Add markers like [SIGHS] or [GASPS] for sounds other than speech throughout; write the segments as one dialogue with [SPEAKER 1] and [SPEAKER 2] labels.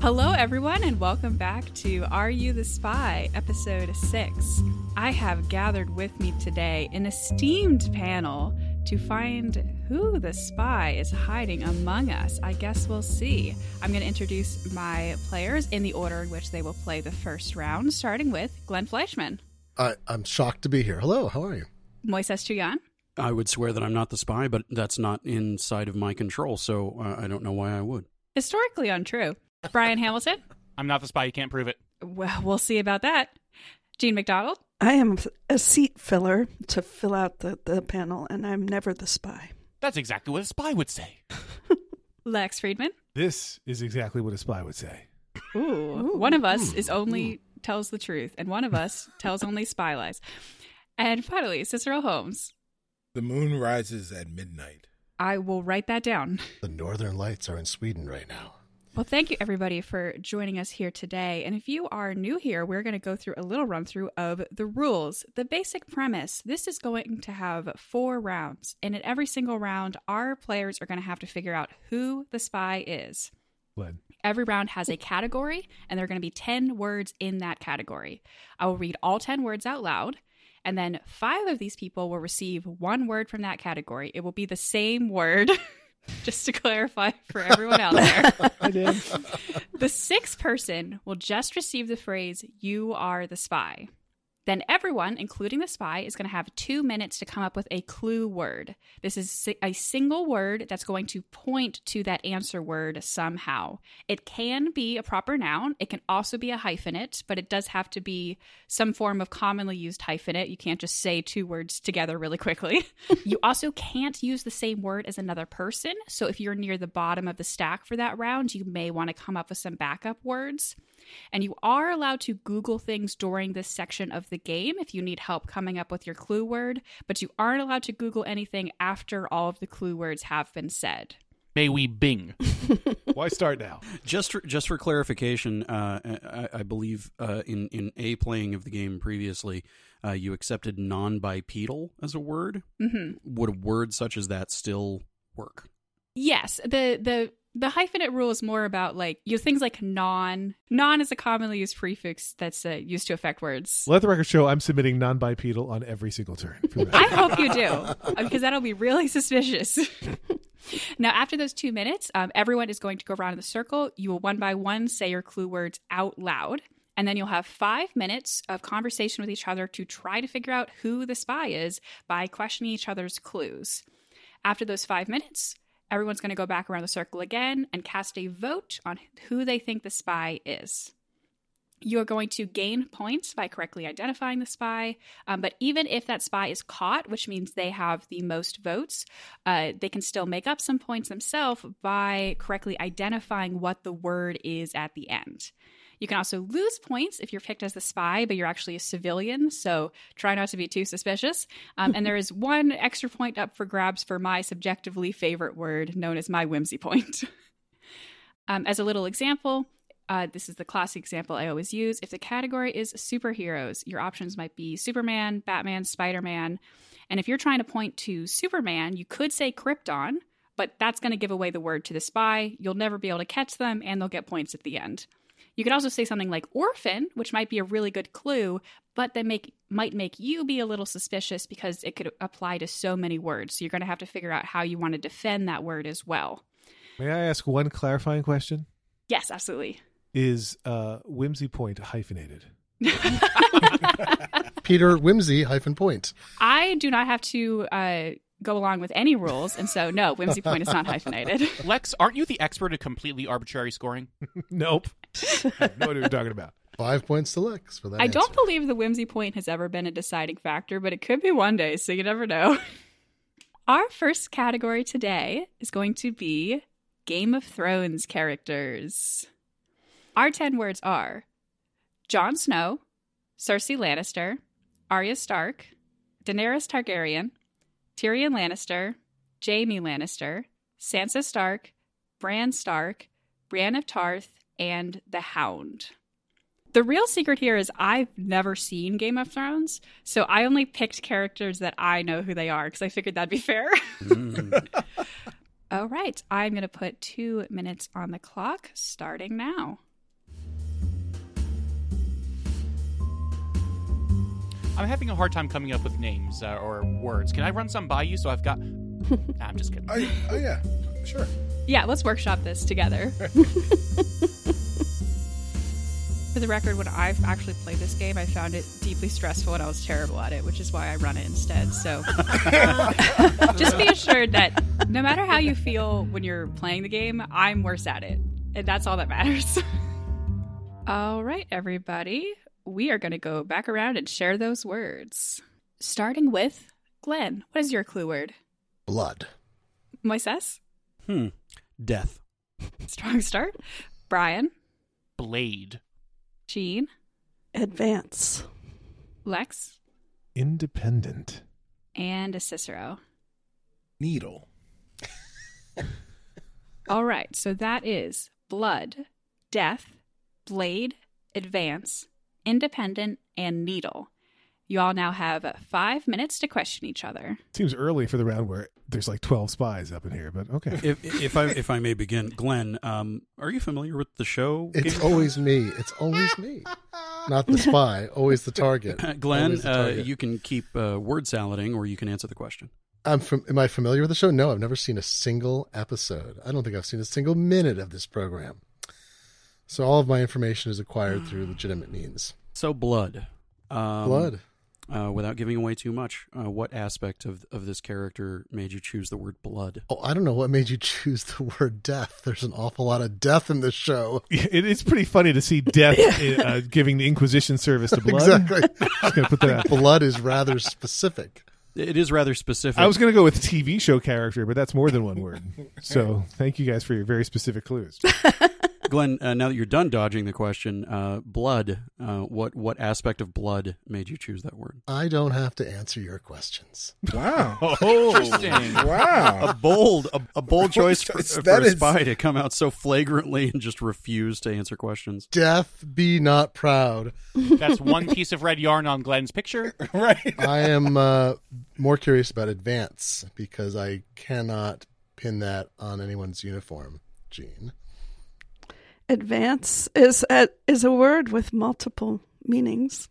[SPEAKER 1] Hello, everyone, and welcome back to Are You the Spy, episode six. I have gathered with me today an esteemed panel to find who the spy is hiding among us. I guess we'll see. I'm going to introduce my players in the order in which they will play the first round, starting with Glenn Fleischman,
[SPEAKER 2] I, I'm shocked to be here. Hello, how are you?
[SPEAKER 1] Moises Chuyan,
[SPEAKER 3] I would swear that I'm not the spy, but that's not inside of my control, so uh, I don't know why I would.
[SPEAKER 1] historically untrue, Brian Hamilton. [LAUGHS]
[SPEAKER 4] I'm not the spy. You can't prove it.
[SPEAKER 1] Well, we'll see about that. Gene McDonald,
[SPEAKER 5] I am a seat filler to fill out the, the panel, and I'm never the spy.
[SPEAKER 4] That's exactly what a spy would say.
[SPEAKER 1] Lex Friedman.
[SPEAKER 6] This is exactly what a spy would say.
[SPEAKER 1] Ooh. One of us is only tells the truth, and one of us tells only spy lies. And finally, Cicero Holmes.
[SPEAKER 7] The moon rises at midnight.
[SPEAKER 1] I will write that down.
[SPEAKER 2] The northern lights are in Sweden right now.
[SPEAKER 1] Well, thank you everybody for joining us here today. And if you are new here, we're going to go through a little run through of the rules. The basic premise this is going to have four rounds. And at every single round, our players are going to have to figure out who the spy is.
[SPEAKER 6] Glenn.
[SPEAKER 1] Every round has a category, and there are going to be 10 words in that category. I will read all 10 words out loud, and then five of these people will receive one word from that category. It will be the same word, [LAUGHS] just to clarify for everyone out there.
[SPEAKER 6] [LAUGHS] I did.
[SPEAKER 1] the sixth person will just receive the phrase, You are the spy. Then everyone, including the spy, is going to have two minutes to come up with a clue word. This is si- a single word that's going to point to that answer word somehow. It can be a proper noun. It can also be a hyphenate, but it does have to be some form of commonly used hyphenate. You can't just say two words together really quickly. you also can't use the same word as another person. So if you're near the bottom of the stack for that round, you may want to come up with some backup words. And you are allowed to Google things during this section of the game if you need help coming up with your clue word, but you aren't allowed to Google anything after all of the clue words have been said.
[SPEAKER 4] May we bing.
[SPEAKER 6] Why start now?
[SPEAKER 3] Just for, just for clarification, uh, I, I believe uh, in in a playing of the game previously, uh, you accepted non-bipedal as a word.
[SPEAKER 1] hmm
[SPEAKER 3] Would a word such as that still work?
[SPEAKER 1] Yes, the the the hyphenate rule is more about like you know, things like non. Non is a commonly used prefix that's uh, used to affect words.
[SPEAKER 6] Let the record show I'm submitting non bipedal on every single turn. from now
[SPEAKER 1] I
[SPEAKER 6] on.
[SPEAKER 1] hope you do, uh, because that'll be really suspicious. [LAUGHS] now, after those two minutes, um, everyone is going to go around in the circle. You will one by one say your clue words out loud, and then you'll have five minutes of conversation with each other to try to figure out who the spy is by questioning each other's clues. After those five minutes, everyone's going to go back around the circle again and cast a vote on who they think the spy is. You are going to gain points by correctly identifying the spy. Um, but even if that spy is caught, which means they have the most votes, uh, they can still make up some points themselves by correctly identifying what the word is at the end. You can also lose points if you're picked as the spy, but you're actually a civilian, so try not to be too suspicious. Um, and there is one extra point up for grabs for my subjectively favorite word, known as my whimsy point. [LAUGHS] Um, as a little example, uh, this is the classic example I always use. If the category is superheroes, your options might be Superman, Batman, Spider Man. And if you're trying to point to Superman, you could say Krypton, but that's going to give away the word to the spy. You'll never be able to catch them, and they'll get points at the end. You could also say something like orphan, which might be a really good clue, but that make might make you be a little suspicious because it could apply to so many words. So you're going to have to figure out how you want to defend that word as well.
[SPEAKER 6] May I ask one clarifying question?
[SPEAKER 1] Yes, absolutely.
[SPEAKER 6] Is uh, whimsy point hyphenated?
[SPEAKER 2] [LAUGHS] Peter Whimsy hyphen point.
[SPEAKER 1] I do not have to uh, go along with any rules, and so no, whimsy point is not hyphenated. [LAUGHS]
[SPEAKER 4] Lex, aren't you the expert at completely arbitrary scoring?
[SPEAKER 6] Nope. [LAUGHS] I have no idea what you're talking about.
[SPEAKER 2] Five points to Lex for that.
[SPEAKER 1] I don't
[SPEAKER 2] answer.
[SPEAKER 1] believe the whimsy point has ever been a deciding factor, but it could be one day, so you never know. [LAUGHS] Our first category today is going to be Game of Thrones characters. Our 10 words are Jon Snow, Cersei Lannister, Arya Stark, Daenerys Targaryen, Tyrion Lannister, Jaime Lannister, Sansa Stark, Bran Stark, Bran of Tarth, and the Hound. The real secret here is I've never seen Game of Thrones, so I only picked characters that I know who they are because I figured that'd be fair. [LAUGHS]
[SPEAKER 3] Mm.
[SPEAKER 1] All right, I'm going to put two minutes on the clock starting now.
[SPEAKER 4] I'm having a hard time coming up with names uh, or words. Can I run some by you so I've got. Nah, I'm just kidding.
[SPEAKER 7] Oh, y- oh yeah, sure.
[SPEAKER 1] Yeah, let's workshop this together. For the record, when I've actually played this game, I found it deeply stressful and I was terrible at it, which is why I run it instead. So just be assured that no matter how you feel when you're playing the game, I'm worse at it. And that's all that matters. [LAUGHS] all right, everybody. We are going to go back around and share those words. Starting with Glenn. What is your clue word?
[SPEAKER 2] Blood.
[SPEAKER 1] Moises?
[SPEAKER 3] Hmm. Death.
[SPEAKER 1] Strong start. Brian,
[SPEAKER 4] Blade.
[SPEAKER 1] Jean,
[SPEAKER 5] Advance.
[SPEAKER 1] Lex,
[SPEAKER 6] Independent.
[SPEAKER 1] and a Cicero.
[SPEAKER 7] Needle.
[SPEAKER 1] [LAUGHS] All right, so that is blood, death, blade, advance, independent, and needle. You all now have five minutes to question each other.
[SPEAKER 6] Seems early for the round where there's like 12 spies up in here, but okay.
[SPEAKER 3] If if I if I may begin, Glenn, um, are you familiar with the show? [LAUGHS]
[SPEAKER 2] It's
[SPEAKER 3] Game-
[SPEAKER 2] always me. It's always me. Not the spy, always the target.
[SPEAKER 3] [LAUGHS] Glenn,
[SPEAKER 2] Always the
[SPEAKER 3] uh,
[SPEAKER 2] target.
[SPEAKER 3] you can keep uh, word salading, or you can answer the question.
[SPEAKER 2] I'm from. Am I familiar with the show? No, I've never seen a single episode. I don't think I've seen a single minute of this program. So all of my information is acquired through legitimate means.
[SPEAKER 3] So blood. Ah. Um,
[SPEAKER 2] Blood.
[SPEAKER 3] Uh, without giving away too much, uh, what aspect of of this character made you choose the word blood?
[SPEAKER 2] Oh, I don't know what made you choose the [LAUGHS] word death. There's an awful lot of death in this
[SPEAKER 4] [LAUGHS]
[SPEAKER 2] show.
[SPEAKER 6] It is pretty funny to see death uh, giving the Inquisition service to blood.
[SPEAKER 2] Exactly.
[SPEAKER 6] Just gonna put
[SPEAKER 2] [LAUGHS]
[SPEAKER 6] that out there.
[SPEAKER 2] Blood is rather specific.
[SPEAKER 3] It is rather specific.
[SPEAKER 6] I was going to go with TV show character, but that's more than one word. So thank you guys for your very specific clues.
[SPEAKER 3] Glenn, uh, now that you're done dodging the question, uh, blood. Uh, what what aspect of blood made you choose that word?
[SPEAKER 2] I don't have to answer your questions.
[SPEAKER 7] Wow.
[SPEAKER 6] [LAUGHS]
[SPEAKER 4] Oh, interesting.
[SPEAKER 7] Wow.
[SPEAKER 3] A bold a, a bold choice for,
[SPEAKER 7] choice.
[SPEAKER 3] for
[SPEAKER 7] That
[SPEAKER 3] a
[SPEAKER 7] is-
[SPEAKER 3] spy to come out so flagrantly and just refuse to answer questions.
[SPEAKER 2] Death be not proud.
[SPEAKER 4] That's one piece of red yarn on Glenn's picture.
[SPEAKER 7] right.
[SPEAKER 2] I am uh, more curious about advance because I cannot pin that on anyone's uniform, Gene.
[SPEAKER 5] Advance is a, is a word with multiple meanings.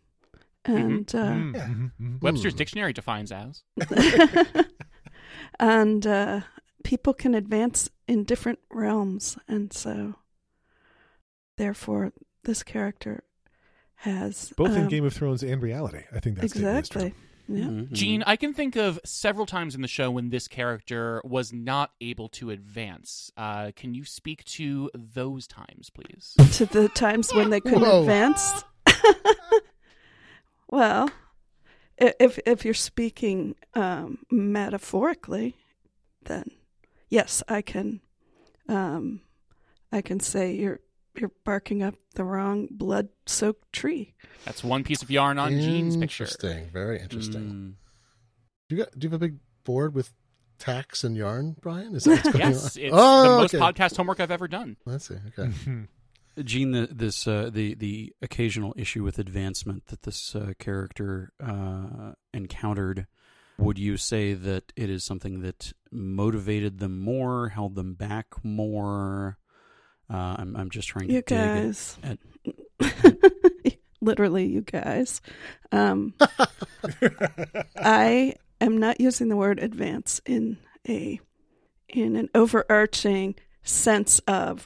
[SPEAKER 1] Mm-hmm.
[SPEAKER 5] And uh,
[SPEAKER 6] Mm, mhm, mhm.
[SPEAKER 4] Webster's dictionary defines as.
[SPEAKER 1] Mm-hmm.
[SPEAKER 5] [LAUGHS] and uh, people can advance in different realms, and so therefore this character has
[SPEAKER 6] Both in
[SPEAKER 5] um,
[SPEAKER 6] Game of Thrones and reality. I think that's
[SPEAKER 5] exactly. Yeah.
[SPEAKER 3] Mhm.
[SPEAKER 4] Gene, I can think of several times in the show when this character was not able to advance. Uh, can you speak to those times, please?
[SPEAKER 5] to the times when they couldn't
[SPEAKER 2] Whoa.
[SPEAKER 5] advance. [LAUGHS] well, i- if if you're speaking um, metaphorically, then yes, I can. Um, I can say you're you're barking up the wrong blood-soaked tree.
[SPEAKER 4] That's one piece of yarn on Gene's picture.
[SPEAKER 2] Interesting. Very interesting.
[SPEAKER 3] Mm.
[SPEAKER 2] Do you got, do you have a big board with tacks and yarn, Brian? Is that what's going
[SPEAKER 4] [LAUGHS] Yes,
[SPEAKER 2] on?
[SPEAKER 4] it's
[SPEAKER 2] oh,
[SPEAKER 4] the most Mm.
[SPEAKER 2] okay.
[SPEAKER 4] podcast homework I've ever done.
[SPEAKER 2] Let's see. Okay.
[SPEAKER 6] Mm-hmm.
[SPEAKER 3] Gene, the, this uh, the the occasional issue with advancement that this uh, character uh, encountered. Would you say that it is something that motivated them more, held them back more? Uh, I'm I'm just trying to
[SPEAKER 5] You
[SPEAKER 3] dig at-
[SPEAKER 5] guys.
[SPEAKER 3] at
[SPEAKER 5] [LAUGHS] Literally, you guys. Um, I am not using the word advance in a in an overarching sense of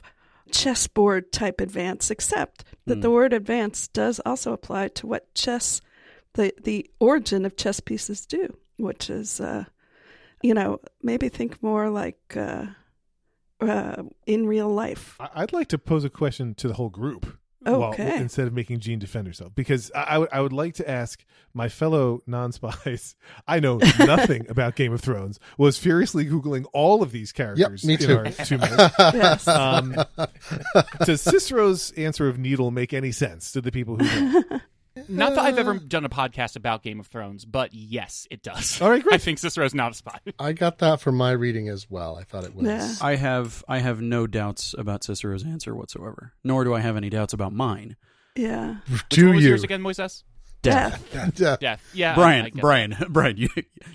[SPEAKER 5] chessboard type advance, except that the word advance does also apply to what chess the the origin of chess pieces do, which is uh, you know maybe think more like uh, uh, in real
[SPEAKER 6] [LAUGHS]
[SPEAKER 5] life.
[SPEAKER 6] I- I'd like to pose a question to the whole group. while-
[SPEAKER 5] Okay.
[SPEAKER 6] instead of making Jean defend herself, because I, I would I would like to ask my fellow non-spies. [LAUGHS] I
[SPEAKER 5] [LAUGHS]
[SPEAKER 6] know nothing about Game of Thrones. Was furiously googling all of these characters.
[SPEAKER 2] me
[SPEAKER 6] in
[SPEAKER 2] too.
[SPEAKER 6] our two
[SPEAKER 7] [LAUGHS]
[SPEAKER 6] minutes.
[SPEAKER 2] [LAUGHS]
[SPEAKER 5] Yes.
[SPEAKER 6] Um, does Cicero's answer of needle make any sense to the people who? Know?
[SPEAKER 5] [LAUGHS]
[SPEAKER 4] Not that I've
[SPEAKER 2] Uh.
[SPEAKER 4] ever done a podcast about Game of Thrones, but yes, it does.
[SPEAKER 6] All right, great.
[SPEAKER 4] [LAUGHS] I think Cicero's not
[SPEAKER 2] [LAUGHS]
[SPEAKER 4] a spy.
[SPEAKER 2] I got that from my reading as well. I thought it was.
[SPEAKER 5] Yeah.
[SPEAKER 2] [LAUGHS]
[SPEAKER 3] I have I have no doubts about Cicero's answer whatsoever, nor do I have any doubts about mine.
[SPEAKER 5] yeah.
[SPEAKER 4] Which one
[SPEAKER 2] Do
[SPEAKER 4] was
[SPEAKER 2] you?
[SPEAKER 4] yours again, Moises?
[SPEAKER 5] Death.
[SPEAKER 2] Yeah.
[SPEAKER 4] Death. Yeah. I
[SPEAKER 3] Brian,
[SPEAKER 4] guess.
[SPEAKER 3] Brian, [LAUGHS] Brian, you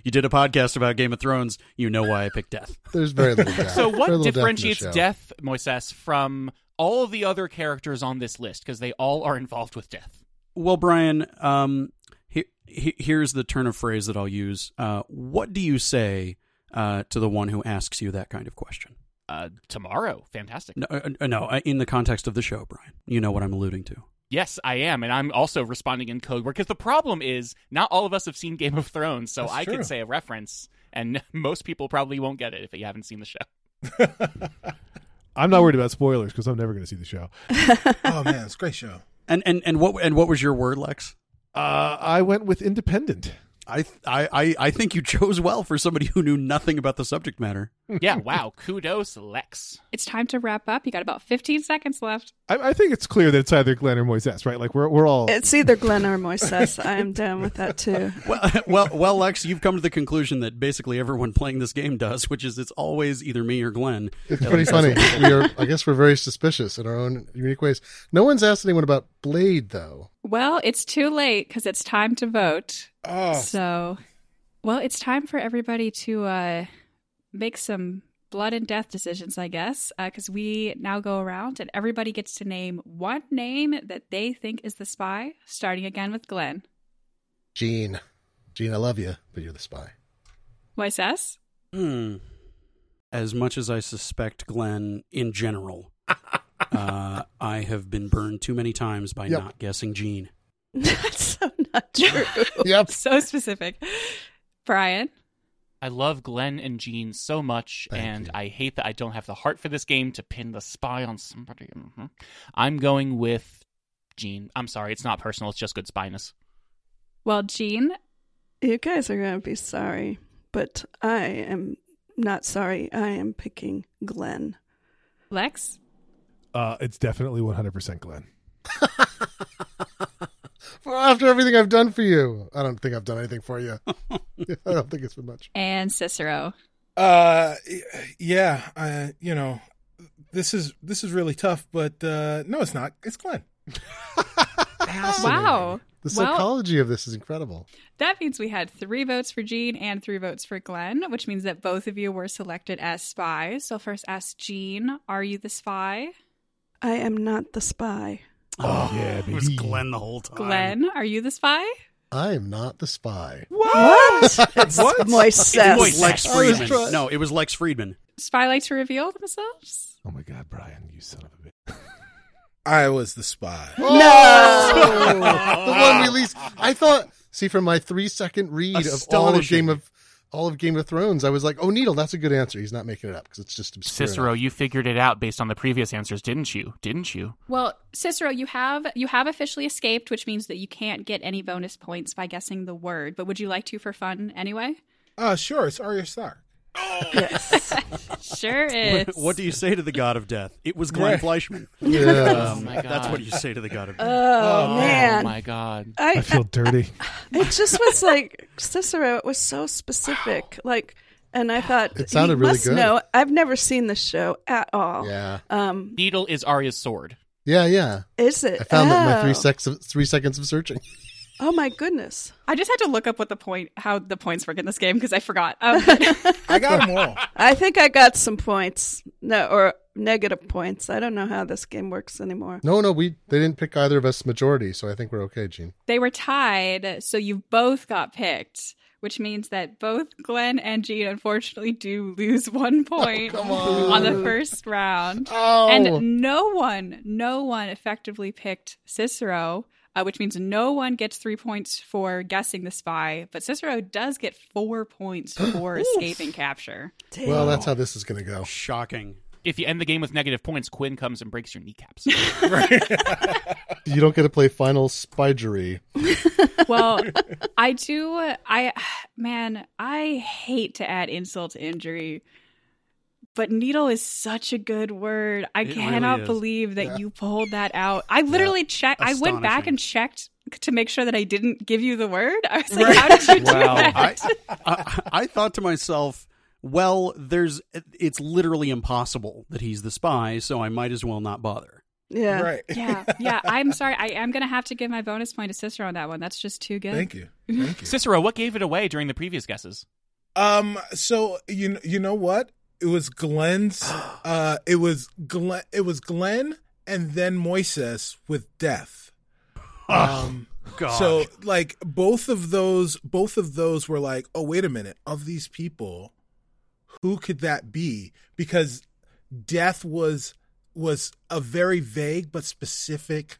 [SPEAKER 3] you did a podcast about Game of Thrones. You know why I picked death.
[SPEAKER 2] There's very little death. [LAUGHS]
[SPEAKER 4] So
[SPEAKER 2] Very
[SPEAKER 4] what
[SPEAKER 2] little death in the
[SPEAKER 4] differentiates
[SPEAKER 2] show.
[SPEAKER 4] death, Moises, from all of the other characters on this list? Because they all are involved with death.
[SPEAKER 3] Well, Brian, um, he- he- here's the turn of phrase that I'll use. Uh, what do you say uh, to the one who asks you that kind of question?
[SPEAKER 4] Uh, tomorrow, fantastic.
[SPEAKER 3] No, uh, uh, no, uh, in the context of the show, Brian. You know what I'm alluding to.
[SPEAKER 4] Yes, I am, and I'm also responding in code word because the problem is not all of us have seen Game of Thrones, so
[SPEAKER 7] That's
[SPEAKER 4] I
[SPEAKER 7] true.
[SPEAKER 4] could say a reference, and [LAUGHS] most people probably won't get it if you haven't seen the show.
[SPEAKER 6] I'm not worried about spoilers because I'm never going to see
[SPEAKER 5] [LAUGHS]
[SPEAKER 6] the show.
[SPEAKER 7] oh man, it's a great show.
[SPEAKER 3] And and and what and what was your word, Lex?
[SPEAKER 6] Uh, I went with independent.
[SPEAKER 3] I, th- I I I think you chose well for somebody who knew nothing about the subject matter.
[SPEAKER 4] Yeah, wow, kudos, Lex.
[SPEAKER 1] It's time to wrap up. You got about 15 seconds left.
[SPEAKER 6] I, I think it's clear that it's either Glenn or Moises, right? Like we're we're all
[SPEAKER 5] It's either Glenn or Moises. I am down with that too. [LAUGHS]
[SPEAKER 3] Well, [LAUGHS] well, well, Lex, you've come to the conclusion that basically everyone playing this game does, which is it's always either me or Glenn.
[SPEAKER 2] It's pretty funny. we are, I guess we're very suspicious in our own unique ways. No one's asked anyone about Blade, though.
[SPEAKER 1] Well, it's too late because it's time to vote.
[SPEAKER 7] Oh,
[SPEAKER 1] So, well, it's time for everybody to uh, make some blood and death decisions, I guess, because we now go around and everybody gets to name one name that they think is the spy, starting again with Glenn.
[SPEAKER 2] Gene. Gene, I love you, but you're the spy.
[SPEAKER 1] Moises?
[SPEAKER 3] Hmm. As much as I suspect Glenn in [LAUGHS] general, uh, I have been burned too many times by
[SPEAKER 2] Yep.
[SPEAKER 3] not guessing Gene.
[SPEAKER 5] That's so
[SPEAKER 2] [LAUGHS]
[SPEAKER 5] not true.
[SPEAKER 1] [LAUGHS]
[SPEAKER 2] Yep.
[SPEAKER 1] So specific. Brian?
[SPEAKER 4] I love Glenn and Jean so much,
[SPEAKER 2] Thank
[SPEAKER 4] and
[SPEAKER 2] you.
[SPEAKER 4] I hate that I don't have the heart for this game to pin the spy on somebody. Mhm. I'm going with Jean. I'm sorry, it's not personal, it's just good spyness.
[SPEAKER 1] Well, Jean,
[SPEAKER 5] You guys are going to be sorry, but I am not sorry. I am picking Glenn.
[SPEAKER 1] Lex?
[SPEAKER 6] uh, it's definitely 100 percent Glenn.
[SPEAKER 2] For after everything I've done for you, I don't think I've done anything for
[SPEAKER 4] [LAUGHS]
[SPEAKER 2] you. [LAUGHS] I don't think it's been much.
[SPEAKER 1] And Cicero.
[SPEAKER 7] uh, yeah. I, you know, this is this is really tough, but uh, no, it's not. It's Glenn.
[SPEAKER 2] Fascinating.
[SPEAKER 1] Wow.
[SPEAKER 2] The
[SPEAKER 1] Well-
[SPEAKER 2] psychology of this is incredible.
[SPEAKER 1] That means we had three votes for Jean and three votes for Glenn, which means that both of you were selected as spies. So first ask Jean, are you the spy?
[SPEAKER 5] I am not the spy.
[SPEAKER 6] Oh, yeah,
[SPEAKER 3] it was
[SPEAKER 6] baby.
[SPEAKER 3] Glenn the whole time.
[SPEAKER 1] Glenn, are you the spy?
[SPEAKER 2] I am not the spy. [LAUGHS]
[SPEAKER 5] What? it's Moises.
[SPEAKER 3] It was Lex
[SPEAKER 2] I was
[SPEAKER 3] Friedman.
[SPEAKER 2] trying-
[SPEAKER 3] No, it was Lex Friedman.
[SPEAKER 1] Spy like to reveal themselves?
[SPEAKER 6] Oh my God, Brian, you son of a bitch.
[SPEAKER 7] I was the spy.
[SPEAKER 5] Oh,
[SPEAKER 2] [LAUGHS] No, the one we least. I thought. See, from my three-second read of all of
[SPEAKER 3] Astonishing.
[SPEAKER 2] Game of all of Game of Thrones, I was like, "Oh, Needle, that's a good answer." He's not making it up because it's just obscure.
[SPEAKER 4] Cicero,
[SPEAKER 2] enough.
[SPEAKER 4] you figured it out based on the previous answers, didn't you? Didn't you?
[SPEAKER 1] Well, Cicero, you have you have officially escaped, which means that you can't get any bonus points by guessing the word. But would you like to for fun anyway?
[SPEAKER 7] Uh, sure, it's Arya Stark.
[SPEAKER 5] Yes.
[SPEAKER 1] Sure is.
[SPEAKER 3] [LAUGHS] What do you say to the god of death? It was Glenn
[SPEAKER 6] [LAUGHS]
[SPEAKER 7] Right.
[SPEAKER 3] Fleischman. Um,
[SPEAKER 2] Yeah.
[SPEAKER 4] Oh my
[SPEAKER 3] That's
[SPEAKER 4] God.
[SPEAKER 3] what you say to the god of death.
[SPEAKER 5] Oh, man.
[SPEAKER 4] Oh my god.
[SPEAKER 5] I,
[SPEAKER 6] I feel dirty.
[SPEAKER 5] it just was like Cicero. It was so specific. Like, and I thought
[SPEAKER 2] It sounded really
[SPEAKER 5] must
[SPEAKER 2] good.
[SPEAKER 5] know. I've never seen the show at all.
[SPEAKER 2] yeah,
[SPEAKER 5] Um,
[SPEAKER 4] Needle is Arya's sword.
[SPEAKER 2] yeah, yeah.
[SPEAKER 5] is it?
[SPEAKER 2] I found that in my three
[SPEAKER 5] Oh.
[SPEAKER 2] secs of, three seconds of searching. [LAUGHS]
[SPEAKER 5] Oh my goodness!
[SPEAKER 1] I just had to look up what the point how the points work in this game because I forgot. [LAUGHS] Um,
[SPEAKER 7] I got them all.
[SPEAKER 5] I think I got some points. No, or negative points. I don't know how this game works anymore.
[SPEAKER 2] [LAUGHS] No, no, we they didn't pick either of us majority, so I think we're okay, Gene.
[SPEAKER 1] They were tied, so you both got picked, which means that both Glenn and Gene unfortunately do lose [LAUGHS] one point on. the first round.
[SPEAKER 2] Oh,
[SPEAKER 1] And no one, no one effectively picked Cicero, uh, which means no one gets three points for guessing the spy, but Cicero does get four points for escaping capture.
[SPEAKER 5] Damn.
[SPEAKER 2] well, that's how this is going to go.
[SPEAKER 3] Shocking.
[SPEAKER 4] If you end the game with negative points, Quinn comes and breaks your kneecaps.
[SPEAKER 2] You don't get to play final spidery.
[SPEAKER 3] [LAUGHS]
[SPEAKER 1] Well, I do. I, man, I hate to add insult to injury, but needle is such a good word. I
[SPEAKER 3] It
[SPEAKER 1] cannot
[SPEAKER 3] really is.
[SPEAKER 1] believe that you pulled that out. I literally checked, I went back
[SPEAKER 3] Astonishing.
[SPEAKER 1] and checked to make sure that I didn't give you the word. I was like, how did you do
[SPEAKER 3] Wow.
[SPEAKER 1] that?
[SPEAKER 3] I, I, I thought to myself, well, there's it's literally impossible that he's the spy, so I might as well not bother.
[SPEAKER 5] yeah.
[SPEAKER 7] Right.
[SPEAKER 1] yeah, yeah. I'm sorry. I am gonna have to give my bonus point to Cicero on that one. That's just too good.
[SPEAKER 7] Thank you. Thank you.
[SPEAKER 4] Cicero, what gave it away during the previous guesses?
[SPEAKER 7] Um. So you kn- you know what? It was Glenn's. Uh. It was Glenn. It was Glenn, and then Moises with death. Um.
[SPEAKER 6] God.
[SPEAKER 7] So like both of those both of those were like, oh wait a minute, of these people, who could that be? Because death was was a very vague but specific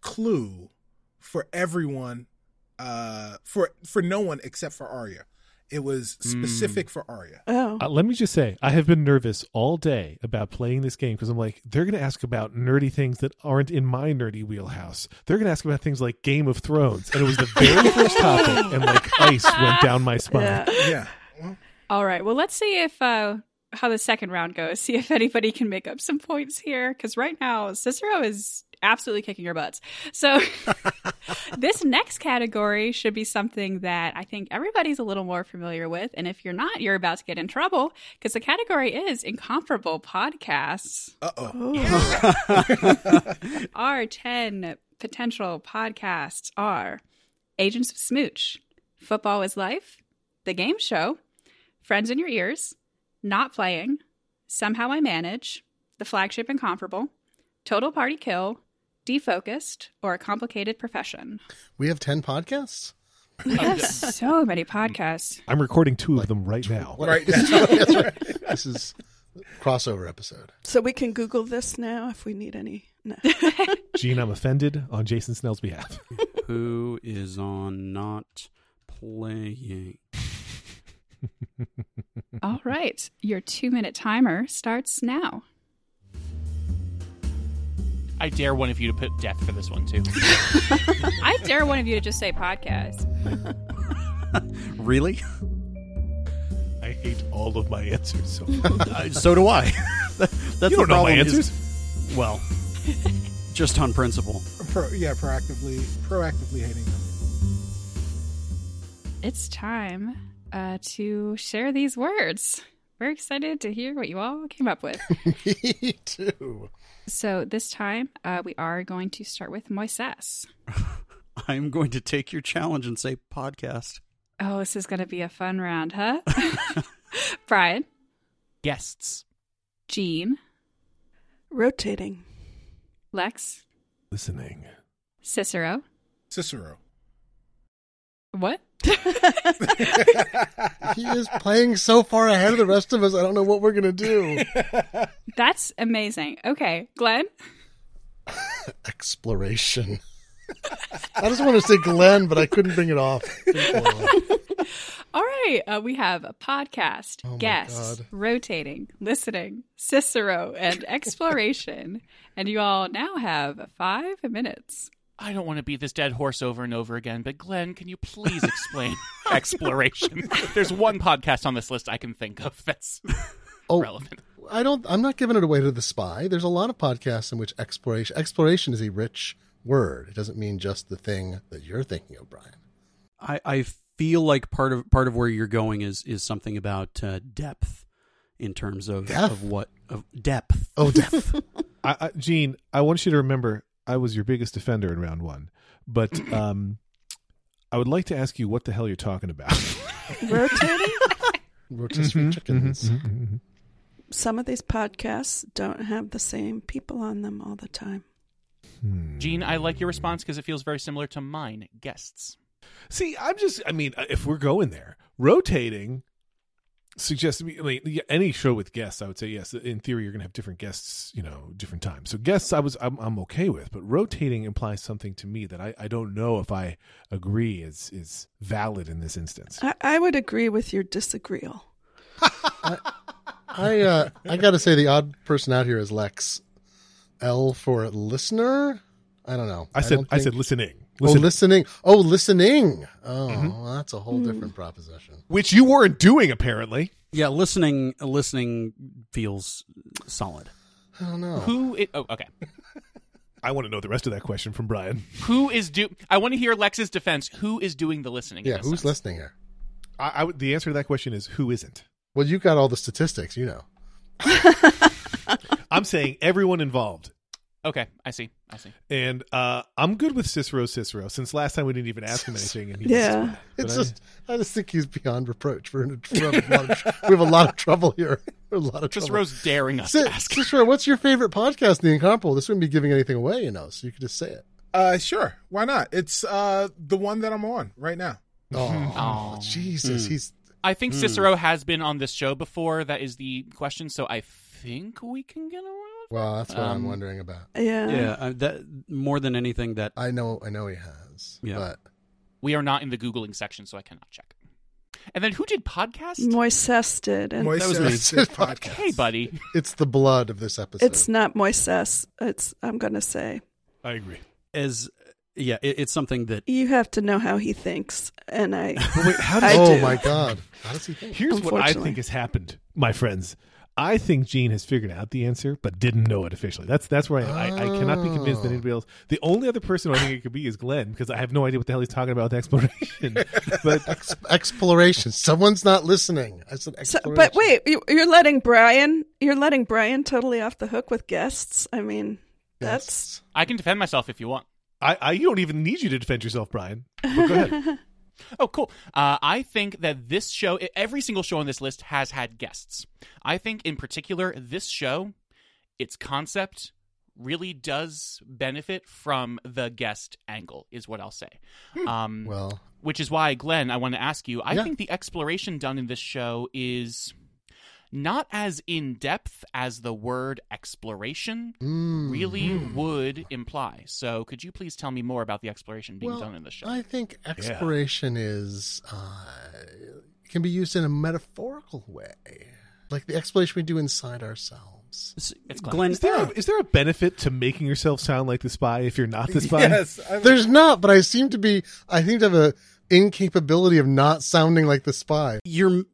[SPEAKER 7] clue for everyone uh for for no one except for Arya. It was
[SPEAKER 4] Hmm.
[SPEAKER 7] specific for Arya.
[SPEAKER 5] Oh,
[SPEAKER 6] Uh, let me just say, I have been nervous all day about playing this game because I'm like, they're going to ask about nerdy things that aren't in my nerdy wheelhouse. They're going to ask about things like Game of Thrones, and it was the very first topic, and like ice went down my spine.
[SPEAKER 5] yeah.
[SPEAKER 7] Yeah.
[SPEAKER 1] All right. Well, let's see if uh, how the second round goes. [LAUGHS] See if anybody can make up some points here, because right now Cicero is absolutely kicking your butts. So [LAUGHS] this next category should be something that I think everybody's a little more familiar with, and if you're not, you're about to get in trouble because the category is incomparable podcasts.
[SPEAKER 7] Uh oh.
[SPEAKER 5] Oh.
[SPEAKER 1] Our ten potential podcasts are Agents of Smooch, Football is Life, The Game Show, Friends in Your Ears, Not Playing, Somehow I Manage, The Flagship Incomparable, Total Party Kill, Defocused, or A Complicated Profession.
[SPEAKER 2] We have 10 podcasts?
[SPEAKER 1] We have so many podcasts.
[SPEAKER 6] I'm recording two of them right now.
[SPEAKER 2] What- [LAUGHS]
[SPEAKER 7] Right.
[SPEAKER 2] That's right. This is crossover episode. [LAUGHS]
[SPEAKER 5] So we can Google this now if we need any. No. [LAUGHS]
[SPEAKER 6] Gene, I'm offended on Jason Snell's behalf.
[SPEAKER 3] Who is on not playing?
[SPEAKER 1] All right. Your two minute timer starts now.
[SPEAKER 4] I dare one of you to put death for this one too.
[SPEAKER 1] I dare one of you to just say podcast.
[SPEAKER 3] Really?
[SPEAKER 6] [LAUGHS] I hate all of my answers [LAUGHS] so
[SPEAKER 3] Uh, so do [LAUGHS] I. That's
[SPEAKER 6] You
[SPEAKER 3] the
[SPEAKER 6] don't know my
[SPEAKER 3] problem is-
[SPEAKER 6] answers.
[SPEAKER 3] well, just on principle.
[SPEAKER 7] Pro, yeah, proactively proactively hating them.
[SPEAKER 1] It's time uh, to share these words. We're excited to hear what you all came up
[SPEAKER 2] [LAUGHS]
[SPEAKER 1] with.
[SPEAKER 2] Me too.
[SPEAKER 1] so this time, uh, we are going to start with Moises.
[SPEAKER 3] I'm going to take your challenge and say podcast.
[SPEAKER 1] Oh, this is going to be a fun round,
[SPEAKER 2] [LAUGHS]
[SPEAKER 1] huh? Brian,
[SPEAKER 4] Guests.
[SPEAKER 1] Jean,
[SPEAKER 5] Rotating.
[SPEAKER 1] Lex,
[SPEAKER 6] Listening.
[SPEAKER 1] Cicero.
[SPEAKER 7] Cicero.
[SPEAKER 2] [LAUGHS]
[SPEAKER 1] What?
[SPEAKER 2] He is playing so far ahead of the rest of us. I don't know what we're going to
[SPEAKER 6] [LAUGHS]
[SPEAKER 2] do.
[SPEAKER 1] That's amazing. Okay, Glenn.
[SPEAKER 2] Exploration. [LAUGHS] I just want to say Glenn, but I couldn't bring it off.
[SPEAKER 1] All right, uh, we have a podcast,
[SPEAKER 2] Oh my
[SPEAKER 1] guests,
[SPEAKER 2] God.
[SPEAKER 1] rotating, listening, Cicero,
[SPEAKER 2] [LAUGHS]
[SPEAKER 1] and exploration. and you all now have five minutes.
[SPEAKER 4] I don't want to beat this dead horse over and over again, but Glenn, can you please explain exploration? There's one podcast on this list I can think of that's
[SPEAKER 2] Oh,
[SPEAKER 4] relevant.
[SPEAKER 2] I don't. I'm not giving it away to the spy. There's a lot of podcasts in which exploration exploration is a rich word. It doesn't mean just the thing that you're thinking of, Brian.
[SPEAKER 3] I, I feel like part of part of where you're going is is something about uh, depth in terms of,
[SPEAKER 2] Depth?
[SPEAKER 3] of what of depth.
[SPEAKER 2] Oh, [LAUGHS] death.
[SPEAKER 6] I, I, Gene, I want you to remember I was your biggest defender in round one, but um, I would like to ask you what the hell you're talking about. [LAUGHS]
[SPEAKER 5] Rotating?
[SPEAKER 6] Mm-hmm,
[SPEAKER 2] Rotisserie chickens.
[SPEAKER 5] Some of these podcasts don't have the same people on them all the time.
[SPEAKER 4] Gene, I like your response because it feels very similar to mine. Guests.
[SPEAKER 6] See, I'm just, I mean, if we're going there, rotating suggests to me, I mean, yeah, any show with guests, I would say yes. In theory, you're going to have different guests, you know, different times. So guests, I was, I'm, I'm okay with, but rotating implies something to me that I, I don't know if I agree is is valid in this instance.
[SPEAKER 5] I, I would agree with your disagreeal.
[SPEAKER 2] I uh, I gotta say the odd person out here is Lex. L for listener. I don't know.
[SPEAKER 6] I said,
[SPEAKER 2] don't
[SPEAKER 6] I, said,
[SPEAKER 2] think-
[SPEAKER 6] listening,
[SPEAKER 2] Oh, listening. Oh, listening. Oh, well, that's a whole different proposition.
[SPEAKER 6] which you weren't doing apparently.
[SPEAKER 3] [LAUGHS] Yeah, listening listening feels solid.
[SPEAKER 2] I don't know.
[SPEAKER 4] Who? i oh, okay.
[SPEAKER 6] I want to know the rest of that question from Brian.
[SPEAKER 4] Who is do? I want to hear Lex's defense. Who is doing the listening? in
[SPEAKER 2] yeah,
[SPEAKER 4] this
[SPEAKER 2] who's
[SPEAKER 4] sense?
[SPEAKER 2] listening here?
[SPEAKER 6] I, I would- the answer to that question is who isn't.
[SPEAKER 2] Well, you got all the statistics. You know.
[SPEAKER 6] I'm saying everyone involved.
[SPEAKER 4] Okay, I see. I see.
[SPEAKER 6] And uh, I'm good with Cicero Cicero since last time we didn't even ask him anything. And he
[SPEAKER 5] Yeah.
[SPEAKER 6] But
[SPEAKER 2] It's
[SPEAKER 6] I-
[SPEAKER 2] just, I just think he's beyond reproach. We're in a, we're in a lot of, tr- we have a lot of trouble here. [LAUGHS] We're in a lot of trouble.
[SPEAKER 4] Cicero's daring us
[SPEAKER 2] Ci-
[SPEAKER 4] to ask.
[SPEAKER 2] Cicero, what's your favorite podcast? The Incomparable. This wouldn't be giving anything away, you know. So you could just say it.
[SPEAKER 7] Uh, sure. Why not? It's uh the one that I'm on right now.
[SPEAKER 2] Oh,
[SPEAKER 4] Oh.
[SPEAKER 2] Jesus,
[SPEAKER 3] Mm.
[SPEAKER 2] he's
[SPEAKER 4] I think
[SPEAKER 3] Hmm.
[SPEAKER 4] Cicero has been on this show before. That is the question. So I think we can get around.
[SPEAKER 2] well. That's what I'm
[SPEAKER 4] Um,
[SPEAKER 2] wondering about.
[SPEAKER 5] Yeah.
[SPEAKER 3] yeah, I, that more than anything that
[SPEAKER 2] I know, I know he has,
[SPEAKER 3] Yeah.
[SPEAKER 2] but
[SPEAKER 4] We are not in the googling section, so I cannot check. And then who did podcast?
[SPEAKER 5] Moises did. And
[SPEAKER 7] Moist
[SPEAKER 3] was me.
[SPEAKER 7] Acid [LAUGHS] podcast.
[SPEAKER 4] Hey, buddy.
[SPEAKER 2] it's the blood of this episode.
[SPEAKER 5] it's not Moises. It's, I'm going to say,
[SPEAKER 6] I agree.
[SPEAKER 3] as yeah, it, it's something that
[SPEAKER 5] you have to know how he thinks. And I,
[SPEAKER 6] But wait, how does
[SPEAKER 5] I
[SPEAKER 2] oh
[SPEAKER 5] do.
[SPEAKER 2] my god, how does he think?
[SPEAKER 6] Here's what I
[SPEAKER 5] Unfortunately.
[SPEAKER 6] think has happened, my friends. I think Gene has figured out the answer, but didn't know it officially. That's that's where I am. I, I cannot be convinced that
[SPEAKER 2] Oh.
[SPEAKER 6] anybody else. The only other person who I think it could be is Glenn, because I have no idea what the hell he's talking about with exploration. but
[SPEAKER 2] Ex- exploration. Someone's not listening. I said
[SPEAKER 5] so,
[SPEAKER 2] exploration.
[SPEAKER 5] but wait, you, you're letting Brian, you're letting Brian totally off the hook with guests. I mean, that's,
[SPEAKER 2] Yes.
[SPEAKER 4] I can defend myself if you want.
[SPEAKER 6] I, I, you don't even need you to defend yourself, Brian. But go ahead.
[SPEAKER 4] Oh, cool. Uh, I think that this show, e, every single show on this list has had guests. I think, in particular, this show, its concept really does benefit from the guest angle, is what I'll say. Um,
[SPEAKER 2] Well,
[SPEAKER 4] which is why, Glenn, I want to ask you I
[SPEAKER 2] Yeah.
[SPEAKER 4] think the exploration done in this show is not as in depth as the word exploration
[SPEAKER 2] mm,
[SPEAKER 4] really would imply. So, could you please tell me more about the exploration being
[SPEAKER 2] well,
[SPEAKER 4] done in this show?
[SPEAKER 2] I think exploration is uh, can be used in a metaphorical way, like the exploration we do inside ourselves.
[SPEAKER 4] It's
[SPEAKER 3] Glenn.
[SPEAKER 6] Is there a, is there a benefit to making yourself sound like the spy if you're not the spy?
[SPEAKER 7] [LAUGHS] Yes. I-
[SPEAKER 2] There's not, but I seem to be. I seem to have a incapability of not sounding like the spy.
[SPEAKER 3] you're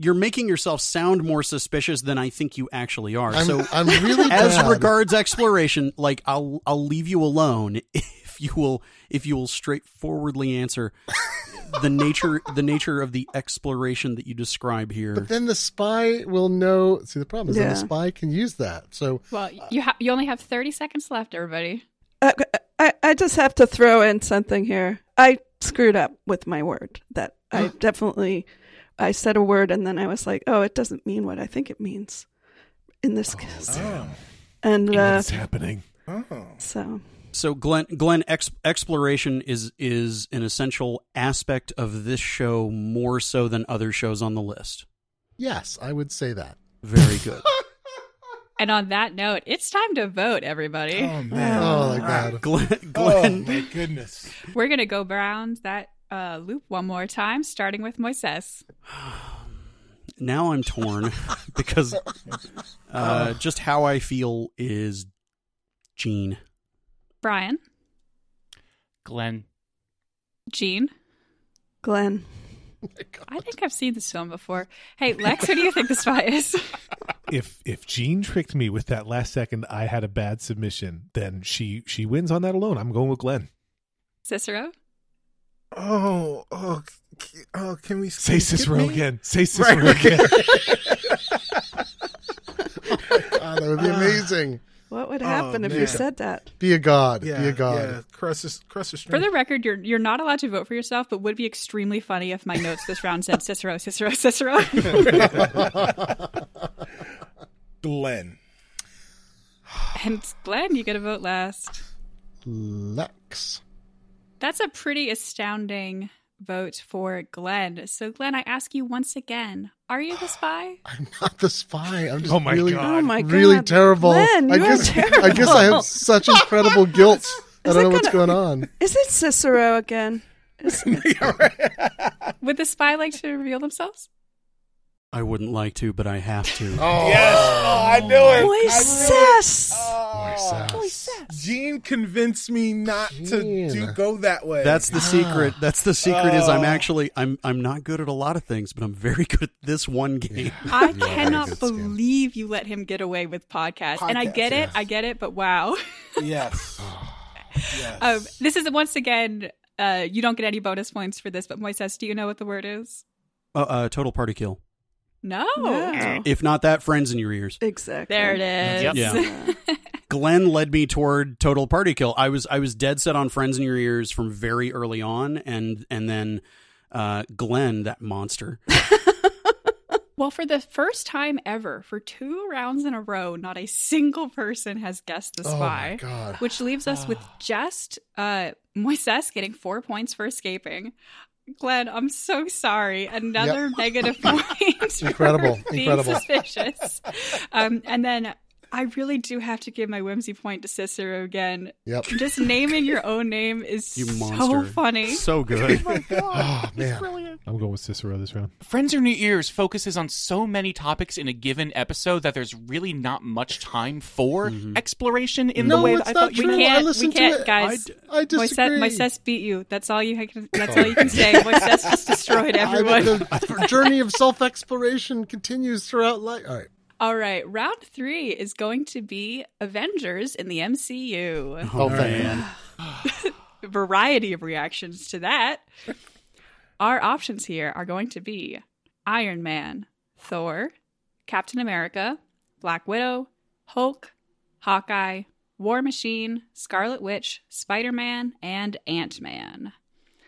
[SPEAKER 3] you're making yourself sound more suspicious than I think you actually are.
[SPEAKER 2] I'm, [LAUGHS]
[SPEAKER 3] so
[SPEAKER 2] I'm really
[SPEAKER 3] [LAUGHS] as
[SPEAKER 2] glad.
[SPEAKER 3] regards exploration, like I'll I'll leave you alone [LAUGHS] if you will if you will straightforwardly answer the nature the nature of the exploration that you describe here.
[SPEAKER 2] But then the spy will know. See, the problem is that
[SPEAKER 5] Yeah.
[SPEAKER 2] the spy can use that. So
[SPEAKER 1] Well, you ha- you only have 30 seconds left, everybody.
[SPEAKER 5] I, I, I just have to throw in something here. I screwed up with my word that I definitely, I said a word and then I was like, oh, it doesn't mean what I think it means in this case.
[SPEAKER 7] oh.
[SPEAKER 5] And uh,
[SPEAKER 6] What's happening?
[SPEAKER 7] Oh.
[SPEAKER 5] so,
[SPEAKER 3] So Glenn Glenn ex- exploration is is an essential aspect of this show more so than other shows on the list.
[SPEAKER 2] yes, I would say that. [LAUGHS]
[SPEAKER 3] Very good.
[SPEAKER 1] And on that note, it's time to vote, everybody.
[SPEAKER 7] Oh man.
[SPEAKER 2] Oh my god.
[SPEAKER 3] Glenn
[SPEAKER 7] Oh
[SPEAKER 3] Glenn
[SPEAKER 7] my goodness.
[SPEAKER 1] We're going to go around that uh, loop one more time, starting with Moises.
[SPEAKER 3] now I'm torn [LAUGHS] because uh, just how I feel is Gene.
[SPEAKER 1] Brian,
[SPEAKER 4] Glenn.
[SPEAKER 1] Jean.
[SPEAKER 5] Glenn,
[SPEAKER 1] I think I've seen this film before. Hey, Lex, who do you think the spy is? [LAUGHS]
[SPEAKER 6] If if Jean tricked me with that last second, I had a bad submission. Then she she wins on that alone. I'm going with Glenn.
[SPEAKER 1] Cicero?
[SPEAKER 7] Oh, oh, c- oh can we
[SPEAKER 6] Say Cicero
[SPEAKER 7] again?
[SPEAKER 6] again. Say Cicero again.
[SPEAKER 2] God, that would
[SPEAKER 5] [LAUGHS]
[SPEAKER 2] be amazing.
[SPEAKER 5] what would
[SPEAKER 7] Oh,
[SPEAKER 5] happen if you
[SPEAKER 7] man.
[SPEAKER 5] said that?
[SPEAKER 2] Be a god.
[SPEAKER 7] Yeah,
[SPEAKER 2] be a god.
[SPEAKER 7] yeah. Cross the, cross the stream.
[SPEAKER 1] For the record, you're you're not allowed to vote for yourself, but would be extremely funny if my notes this round said Cicero, Cicero, Cicero. [LAUGHS]
[SPEAKER 7] Glenn.
[SPEAKER 1] and Glenn, you get a vote last.
[SPEAKER 2] Lex.
[SPEAKER 1] That's a pretty astounding vote for Glenn. So, Glenn, I ask you once again: Are you the spy?
[SPEAKER 2] I'm not the spy. I'm just
[SPEAKER 6] Oh my
[SPEAKER 2] really,
[SPEAKER 6] God.
[SPEAKER 5] Oh my God.
[SPEAKER 2] really terrible.
[SPEAKER 5] Glenn,
[SPEAKER 2] I
[SPEAKER 5] you are
[SPEAKER 2] guess
[SPEAKER 5] terrible.
[SPEAKER 2] [LAUGHS] I guess I have such
[SPEAKER 5] [LAUGHS]
[SPEAKER 2] incredible guilt. I
[SPEAKER 5] Is
[SPEAKER 2] don't
[SPEAKER 5] it
[SPEAKER 2] know what's
[SPEAKER 5] gonna-
[SPEAKER 2] going on.
[SPEAKER 5] Is it Cicero
[SPEAKER 2] [LAUGHS]
[SPEAKER 5] again? Is-
[SPEAKER 1] Would the spy like to reveal themselves?
[SPEAKER 3] I wouldn't like to, but I have to.
[SPEAKER 7] Yes. Oh, I Oh, knew it.
[SPEAKER 5] Moises!
[SPEAKER 7] Gene convinced me not to
[SPEAKER 2] Gene.
[SPEAKER 7] do, go that way.
[SPEAKER 3] That's the secret. That's the secret. Is I'm actually I'm I'm not good at a lot of things, but I'm very [LAUGHS] good at this one game.
[SPEAKER 1] I
[SPEAKER 2] Yeah,
[SPEAKER 1] cannot
[SPEAKER 2] it's good.
[SPEAKER 1] believe you let him get away with podcast. and I
[SPEAKER 7] Podcast,
[SPEAKER 1] get it,
[SPEAKER 7] yes.
[SPEAKER 1] I get it, but wow. [LAUGHS]
[SPEAKER 7] yes. yes.
[SPEAKER 1] Um, this is once again, uh, you don't get any bonus points for this, but Moises, do you know what the word is?
[SPEAKER 3] Uh, uh, total party kill.
[SPEAKER 1] No.
[SPEAKER 5] No.
[SPEAKER 3] If not that, friends in your ears.
[SPEAKER 5] Exactly.
[SPEAKER 1] Oh. There it is.
[SPEAKER 4] Yep.
[SPEAKER 3] Yeah. Glenn led me toward total party kill. I was I was dead set on friends in your ears from very early on, and and then uh, Glenn, that monster,
[SPEAKER 1] [LAUGHS] Well, for the first time ever, for two rounds in a row, not a single person has guessed the
[SPEAKER 2] Oh my
[SPEAKER 1] spy,
[SPEAKER 2] god.
[SPEAKER 1] which leaves us
[SPEAKER 2] [SIGHS]
[SPEAKER 1] with just uh, Moises getting four points for escaping. Glenn, I'm so sorry. Another
[SPEAKER 2] [LAUGHS]
[SPEAKER 1] negative point. for
[SPEAKER 2] Incredible.
[SPEAKER 1] being
[SPEAKER 2] Incredible.
[SPEAKER 1] Suspicious. um, and then I really do have to give my whimsy point to Cicero again.
[SPEAKER 2] Yep.
[SPEAKER 1] Just naming your own name is
[SPEAKER 3] You
[SPEAKER 1] so
[SPEAKER 3] monster.
[SPEAKER 1] funny.
[SPEAKER 3] So good.
[SPEAKER 2] Oh man.
[SPEAKER 5] [LAUGHS]
[SPEAKER 4] Brilliant.
[SPEAKER 6] [LAUGHS] I'm going with Cicero this round.
[SPEAKER 4] Friends or New Ears focuses on so many topics in a given episode that there's really not much time for exploration in the
[SPEAKER 2] Mm-hmm. No,
[SPEAKER 4] way
[SPEAKER 2] it's
[SPEAKER 4] that I
[SPEAKER 2] not
[SPEAKER 4] thought
[SPEAKER 1] we
[SPEAKER 2] true.
[SPEAKER 4] you
[SPEAKER 2] I
[SPEAKER 1] can't, we
[SPEAKER 2] listened to
[SPEAKER 1] can't,
[SPEAKER 2] it.
[SPEAKER 3] I
[SPEAKER 1] guys.
[SPEAKER 3] d-
[SPEAKER 2] I disagree.
[SPEAKER 1] Moises, Moises beat you. That's all you can. That's
[SPEAKER 2] Sorry.
[SPEAKER 1] all you can say. Moises just destroyed
[SPEAKER 2] [LAUGHS] I-
[SPEAKER 1] everyone.
[SPEAKER 2] the journey of self exploration continues throughout life. All right.
[SPEAKER 1] all right, round three is going to be Avengers in the
[SPEAKER 3] [LAUGHS]
[SPEAKER 1] MCU.
[SPEAKER 2] Oh, thank
[SPEAKER 3] man.
[SPEAKER 1] Variety of reactions to that. Our options here are going to be Iron Man, Thor, Captain America, Black Widow, Hulk, Hawkeye, War Machine, Scarlet Witch, Spider Man, and Ant Man.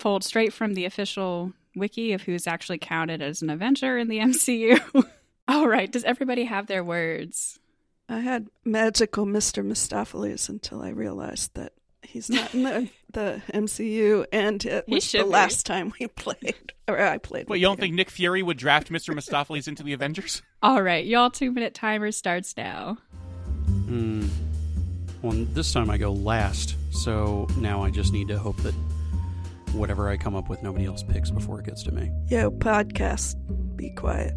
[SPEAKER 1] Pulled straight from the official wiki of who's actually counted as an Avenger in the MCU. [LAUGHS] All right, does everybody have their words?
[SPEAKER 5] I had magical Mr. Mistopheles until I realized that he's not
[SPEAKER 1] [LAUGHS]
[SPEAKER 5] in the, the MCU, and it
[SPEAKER 1] He
[SPEAKER 5] was
[SPEAKER 1] should
[SPEAKER 5] the
[SPEAKER 1] be.
[SPEAKER 5] last time we played, or I played.
[SPEAKER 4] Wait,
[SPEAKER 5] with
[SPEAKER 4] you don't think Nick Fury would draft Mr. Mistopheles into the Avengers?
[SPEAKER 1] All right, y'all, two minute timer starts now.
[SPEAKER 3] Hmm. Well, this time I go last, so now I just need to hope that whatever I come up with, nobody else picks before it gets to me.
[SPEAKER 5] Yo, podcast, be quiet.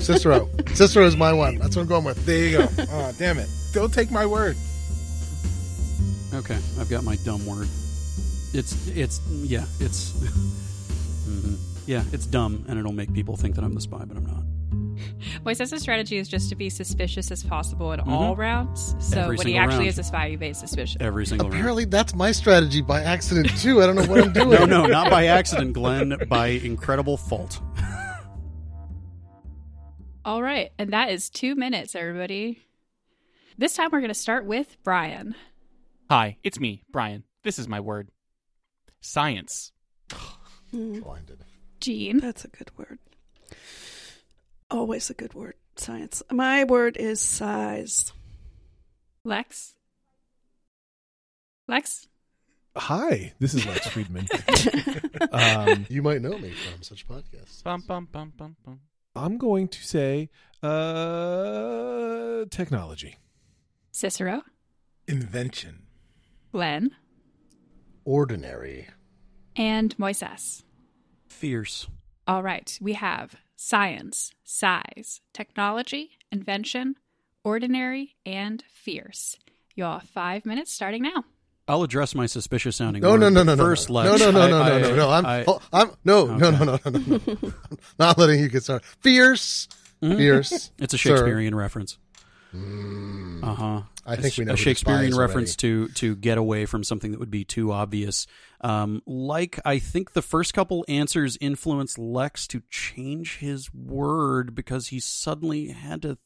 [SPEAKER 2] Cicero. Cicero is my one. That's what I'm going with.
[SPEAKER 7] There you go. Oh, damn it. Don't take my word.
[SPEAKER 3] Okay, I've got my dumb word. It's it's yeah, it's [LAUGHS]
[SPEAKER 2] Mm-hmm.
[SPEAKER 3] Mhm. yeah, it's dumb, and it'll make people think that I'm the spy, but I'm not.
[SPEAKER 1] Moises' strategy is just to be suspicious as possible in all rounds. So
[SPEAKER 3] Mm-hmm. Every
[SPEAKER 1] when he
[SPEAKER 3] single
[SPEAKER 1] actually
[SPEAKER 3] round.
[SPEAKER 1] is a spy, you base suspicion.
[SPEAKER 3] Every single
[SPEAKER 2] Apparently, that's my strategy by accident too. I don't know what I'm doing.
[SPEAKER 3] round. [LAUGHS] No, no, not by accident, Glenn. By incredible fault.
[SPEAKER 1] All right, and that is two minutes, everybody. This time we're going to start with Brian.
[SPEAKER 4] Hi, it's me, Brian. This is my word. Science.
[SPEAKER 2] Blinded.
[SPEAKER 1] Gene.
[SPEAKER 5] That's a good word. Always a good word. Science. My word is size.
[SPEAKER 1] Lex. Lex.
[SPEAKER 6] Hi, this is
[SPEAKER 3] [LAUGHS]
[SPEAKER 6] Lex Friedman. um,
[SPEAKER 2] You might know me from such podcasts.
[SPEAKER 4] Bum, bum, bum, bum, bum.
[SPEAKER 6] I'm going to say uh, technology.
[SPEAKER 1] Cicero.
[SPEAKER 7] Invention.
[SPEAKER 1] Glenn.
[SPEAKER 2] Ordinary.
[SPEAKER 1] And Moises.
[SPEAKER 3] Fierce.
[SPEAKER 1] All right, we have science, size, technology, invention, ordinary, and fierce. Y'all, five minutes starting now.
[SPEAKER 3] I'll address my suspicious sounding.
[SPEAKER 2] No,
[SPEAKER 3] word,
[SPEAKER 2] no, no, no,
[SPEAKER 3] but
[SPEAKER 2] no.
[SPEAKER 3] First,
[SPEAKER 2] no,
[SPEAKER 3] Lex,
[SPEAKER 2] no, no,
[SPEAKER 3] I-
[SPEAKER 2] no,
[SPEAKER 3] I-
[SPEAKER 2] no, no, no. I'm,
[SPEAKER 3] I-
[SPEAKER 2] oh, I'm no, no,
[SPEAKER 3] Okay.
[SPEAKER 2] no, no, no, no, no. [LAUGHS] I'm Not letting you get started. Fierce, fierce.
[SPEAKER 3] Mm-hmm. [LAUGHS] It's a
[SPEAKER 2] sir.
[SPEAKER 3] Shakespearean reference. Uh huh.
[SPEAKER 2] Mm. I think we know who the
[SPEAKER 3] a
[SPEAKER 2] spy
[SPEAKER 3] Shakespearean
[SPEAKER 2] is
[SPEAKER 3] reference to to get away from something that would be too obvious. Um, like I think the first couple answers influenced Lex to change his word because he suddenly had to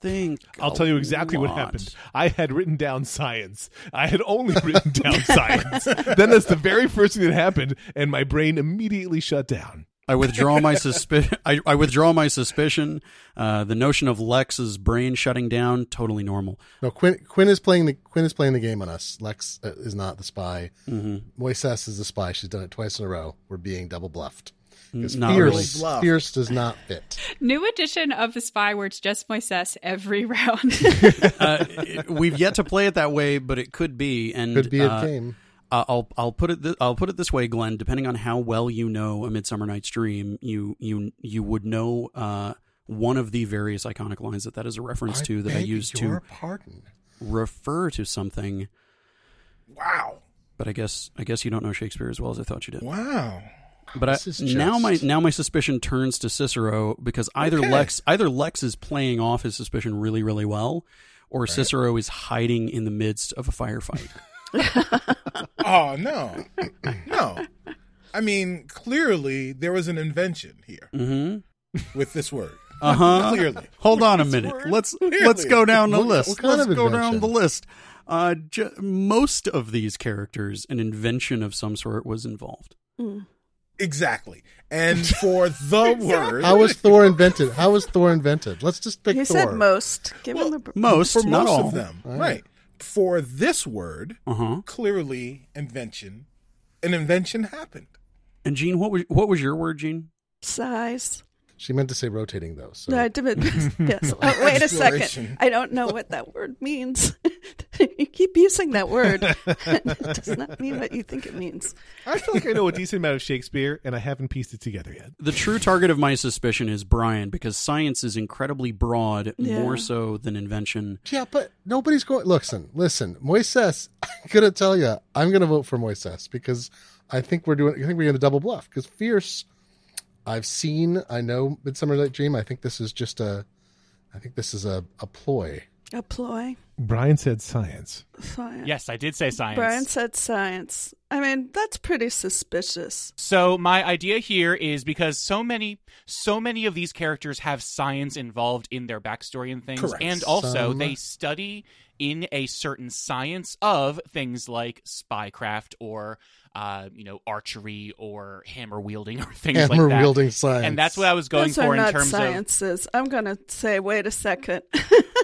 [SPEAKER 3] think.
[SPEAKER 6] I'll
[SPEAKER 3] a
[SPEAKER 6] tell you exactly what
[SPEAKER 3] lot.
[SPEAKER 6] happened. I had written down science. I had only written down [LAUGHS] science. Then that's the very first thing that happened, and my brain immediately shut down.
[SPEAKER 3] I withdraw
[SPEAKER 6] [LAUGHS]
[SPEAKER 3] my suspicion. I, I withdraw my suspicion. Uh, the notion of Lex's brain shutting down totally normal.
[SPEAKER 2] No, Quinn. Quinn is playing the Quinn is playing the game on us. Lex uh, is not the spy.
[SPEAKER 3] Mm-hmm.
[SPEAKER 2] Moises is the spy. She's done it twice in a row. We're being double bluffed. 'Cause
[SPEAKER 3] Not
[SPEAKER 2] fierce,
[SPEAKER 7] really. Bluff.
[SPEAKER 2] fierce does not fit.
[SPEAKER 1] New edition of the spy words just Moises every [LAUGHS] round.
[SPEAKER 3] Uh, [LAUGHS] it- we've yet to play it that way, but it could be. And
[SPEAKER 2] Could be a
[SPEAKER 3] uh,
[SPEAKER 2] game.
[SPEAKER 3] Uh, I'll I'll put it th- I'll put it this way, Glenn. Depending on how well you know A Midsummer Night's Dream, you you you would know uh, one of the various iconic lines that that is a reference to that I
[SPEAKER 2] beg
[SPEAKER 3] use
[SPEAKER 2] your
[SPEAKER 3] to
[SPEAKER 2] pardon.
[SPEAKER 3] refer to something.
[SPEAKER 7] Wow.
[SPEAKER 3] But I guess I guess you don't know Shakespeare as well as I thought you did.
[SPEAKER 7] Wow.
[SPEAKER 3] But I,
[SPEAKER 2] This is
[SPEAKER 3] now my
[SPEAKER 2] just-
[SPEAKER 3] now my suspicion turns to Cicero because either
[SPEAKER 7] Okay.
[SPEAKER 3] Lex either Lex is playing off his suspicion really really well, or Cicero is hiding in the midst of a firefight. [LAUGHS]
[SPEAKER 7] Oh, no. No. I mean, clearly there was an invention here
[SPEAKER 3] hmm
[SPEAKER 7] with this word.
[SPEAKER 3] Uh [LAUGHS] huh.
[SPEAKER 7] Clearly.
[SPEAKER 3] Hold on a minute. Let's let's go down the
[SPEAKER 2] What-
[SPEAKER 3] list.
[SPEAKER 2] what kind
[SPEAKER 3] let's
[SPEAKER 2] of
[SPEAKER 3] go
[SPEAKER 2] invention?
[SPEAKER 3] down the list. Uh,
[SPEAKER 1] Hmm.
[SPEAKER 3] ju- most of these characters, an invention of some sort was involved.
[SPEAKER 7] Exactly. And
[SPEAKER 3] [LAUGHS]
[SPEAKER 7] for the word,
[SPEAKER 2] How was Thor invented? How was Thor invented? Let's just pick
[SPEAKER 5] He
[SPEAKER 2] Thor.
[SPEAKER 5] said most. Give him the
[SPEAKER 3] Most,
[SPEAKER 7] for most
[SPEAKER 3] not all.
[SPEAKER 7] of them,
[SPEAKER 2] All right.
[SPEAKER 7] right. For this word,
[SPEAKER 3] Uh huh.
[SPEAKER 7] clearly invention, an invention happened.
[SPEAKER 3] And Gene, what was what was your word, Gene?
[SPEAKER 5] size.
[SPEAKER 2] She meant to say rotating though. So
[SPEAKER 5] No, I did it.
[SPEAKER 4] [LAUGHS]
[SPEAKER 5] yes. Oh, wait a
[SPEAKER 7] Exploration.
[SPEAKER 5] second. I don't know what that word means. [LAUGHS] you keep using that word. [LAUGHS] it does not mean what you think it means.
[SPEAKER 6] I feel like I know a decent amount of Shakespeare, and I haven't pieced it together yet.
[SPEAKER 3] The true target of my suspicion is Brian because science is incredibly broad,
[SPEAKER 5] Yeah.
[SPEAKER 3] more so than invention.
[SPEAKER 2] yeah, but nobody's going. Listen, listen, Moises. [LAUGHS] I'm gonna tell you, I'm gonna vote for Moises because I think we're doing. I think we're gonna double bluff because fierce. I've seen. I know Midsummer Night Dream. I think this is just a. I think this is a, a ploy.
[SPEAKER 5] A ploy.
[SPEAKER 6] Brian said science.
[SPEAKER 5] Science.
[SPEAKER 4] Yes, I did say science.
[SPEAKER 5] Brian said science. I mean, that's pretty suspicious.
[SPEAKER 4] So my idea here is because so many so many of these characters have science involved in their backstory and things
[SPEAKER 7] Correct.
[SPEAKER 4] and also
[SPEAKER 2] Some-
[SPEAKER 4] they study in a certain science of things like spycraft or uh, you know archery or hammer wielding or [LAUGHS] things
[SPEAKER 2] Hammer
[SPEAKER 4] like that.
[SPEAKER 2] wielding science.
[SPEAKER 4] And that's what I was going
[SPEAKER 5] Those
[SPEAKER 4] for
[SPEAKER 5] are
[SPEAKER 4] in
[SPEAKER 5] not
[SPEAKER 4] terms of
[SPEAKER 5] sciences. I'm gonna say, wait a second.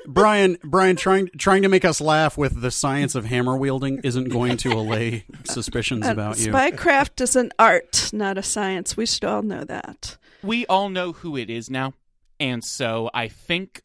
[SPEAKER 3] Brian, Brian, trying trying to make us laugh with the science of hammer wielding isn't going to allay suspicions
[SPEAKER 5] [LAUGHS]
[SPEAKER 3] about you.
[SPEAKER 5] Spycraft is an art, not a science. We should all know that.
[SPEAKER 4] we all know who it is now. And so I think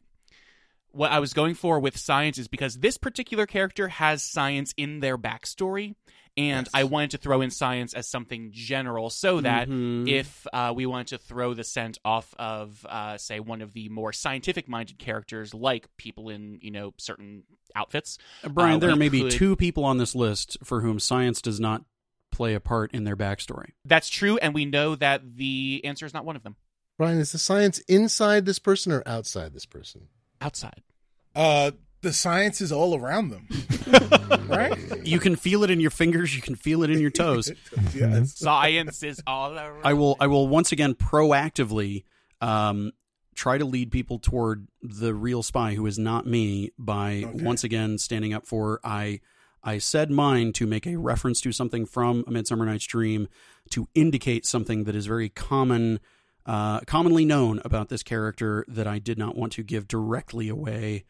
[SPEAKER 4] what I was going for with science is because this particular character has science in their backstory. And I wanted to throw in science as something general so that
[SPEAKER 3] Mhm.
[SPEAKER 4] if uh, we wanted to throw the scent off of, uh, say, one of the more scientific minded characters, like people in, you know, certain outfits,
[SPEAKER 3] Brian,
[SPEAKER 4] uh,
[SPEAKER 3] there
[SPEAKER 4] we
[SPEAKER 3] may be
[SPEAKER 4] could-
[SPEAKER 3] two people on this list for whom science does not play a part in their backstory.
[SPEAKER 4] that's true. And we know that the answer is not one of them.
[SPEAKER 2] Brian, is the science inside this person or outside this person?
[SPEAKER 3] [LAUGHS]
[SPEAKER 4] Outside.
[SPEAKER 7] Uh, the science is all around them, right?
[SPEAKER 3] You can feel it in your fingers. You can feel it in your toes.
[SPEAKER 7] [LAUGHS]
[SPEAKER 3] Mhm.
[SPEAKER 7] yes.
[SPEAKER 4] Science is all around.
[SPEAKER 3] I will. I will once again proactively um, try to lead people toward the real spy, who is not me, by
[SPEAKER 7] Okay.
[SPEAKER 3] once again standing up for I. I said mine to make a reference to something from A Midsummer Night's Dream to indicate something that is very common, uh, commonly known about this character that I did not want to give directly away,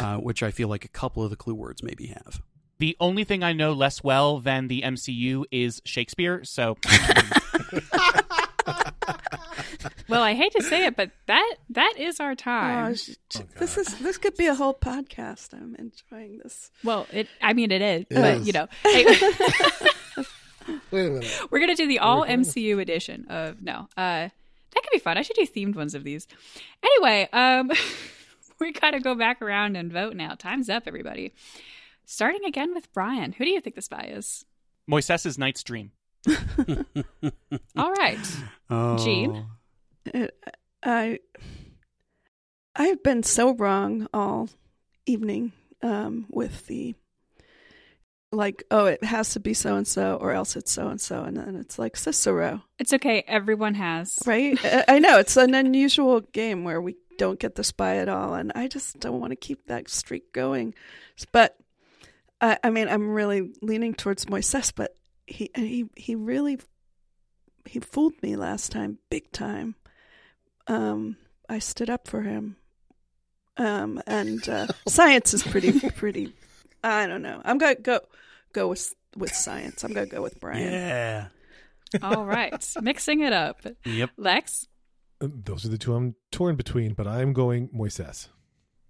[SPEAKER 3] uh, which I feel like a couple of the clue words maybe have.
[SPEAKER 4] The only thing I know less well than the MCU is Shakespeare, so
[SPEAKER 1] Well, I hate to say it, but that that is our time.
[SPEAKER 5] Oh, sh- sh- this is this could be a whole podcast. I'm enjoying this.
[SPEAKER 1] well, it I mean it is,
[SPEAKER 2] It
[SPEAKER 1] but
[SPEAKER 2] is.
[SPEAKER 1] you know. Hey,
[SPEAKER 2] Wait a minute.
[SPEAKER 1] we're going to do the all MCU edition of no. Uh that could be fun. I should do themed ones of these. Anyway, um [LAUGHS] we got to go back around and vote now. Time's up everybody. Starting again with Brian. Who do you think the spy is?
[SPEAKER 4] Moises' Night's Dream.
[SPEAKER 1] All right.
[SPEAKER 3] Oh.
[SPEAKER 1] Gene?
[SPEAKER 5] It, I I've been so wrong all evening um, with the like oh it has to be so and so or else it's so and so and then it's like Cicero
[SPEAKER 1] It's okay. Everyone has.
[SPEAKER 5] [LAUGHS] right I- I know it's an unusual game where we don't get the spy at all and I just don't want to keep that streak going but I, I mean I'm really leaning towards Moises but he and he he really he fooled me last time big time um I stood up for him um and
[SPEAKER 2] [LAUGHS]
[SPEAKER 5] uh, science is pretty pretty I don't know I'm gonna go go with with science I'm gonna go with Brian
[SPEAKER 3] Yeah.
[SPEAKER 1] All right. Mixing it up.
[SPEAKER 3] Yep.
[SPEAKER 1] Lex,
[SPEAKER 6] Uh, Those are the two I'm torn between, but I'm going Moises.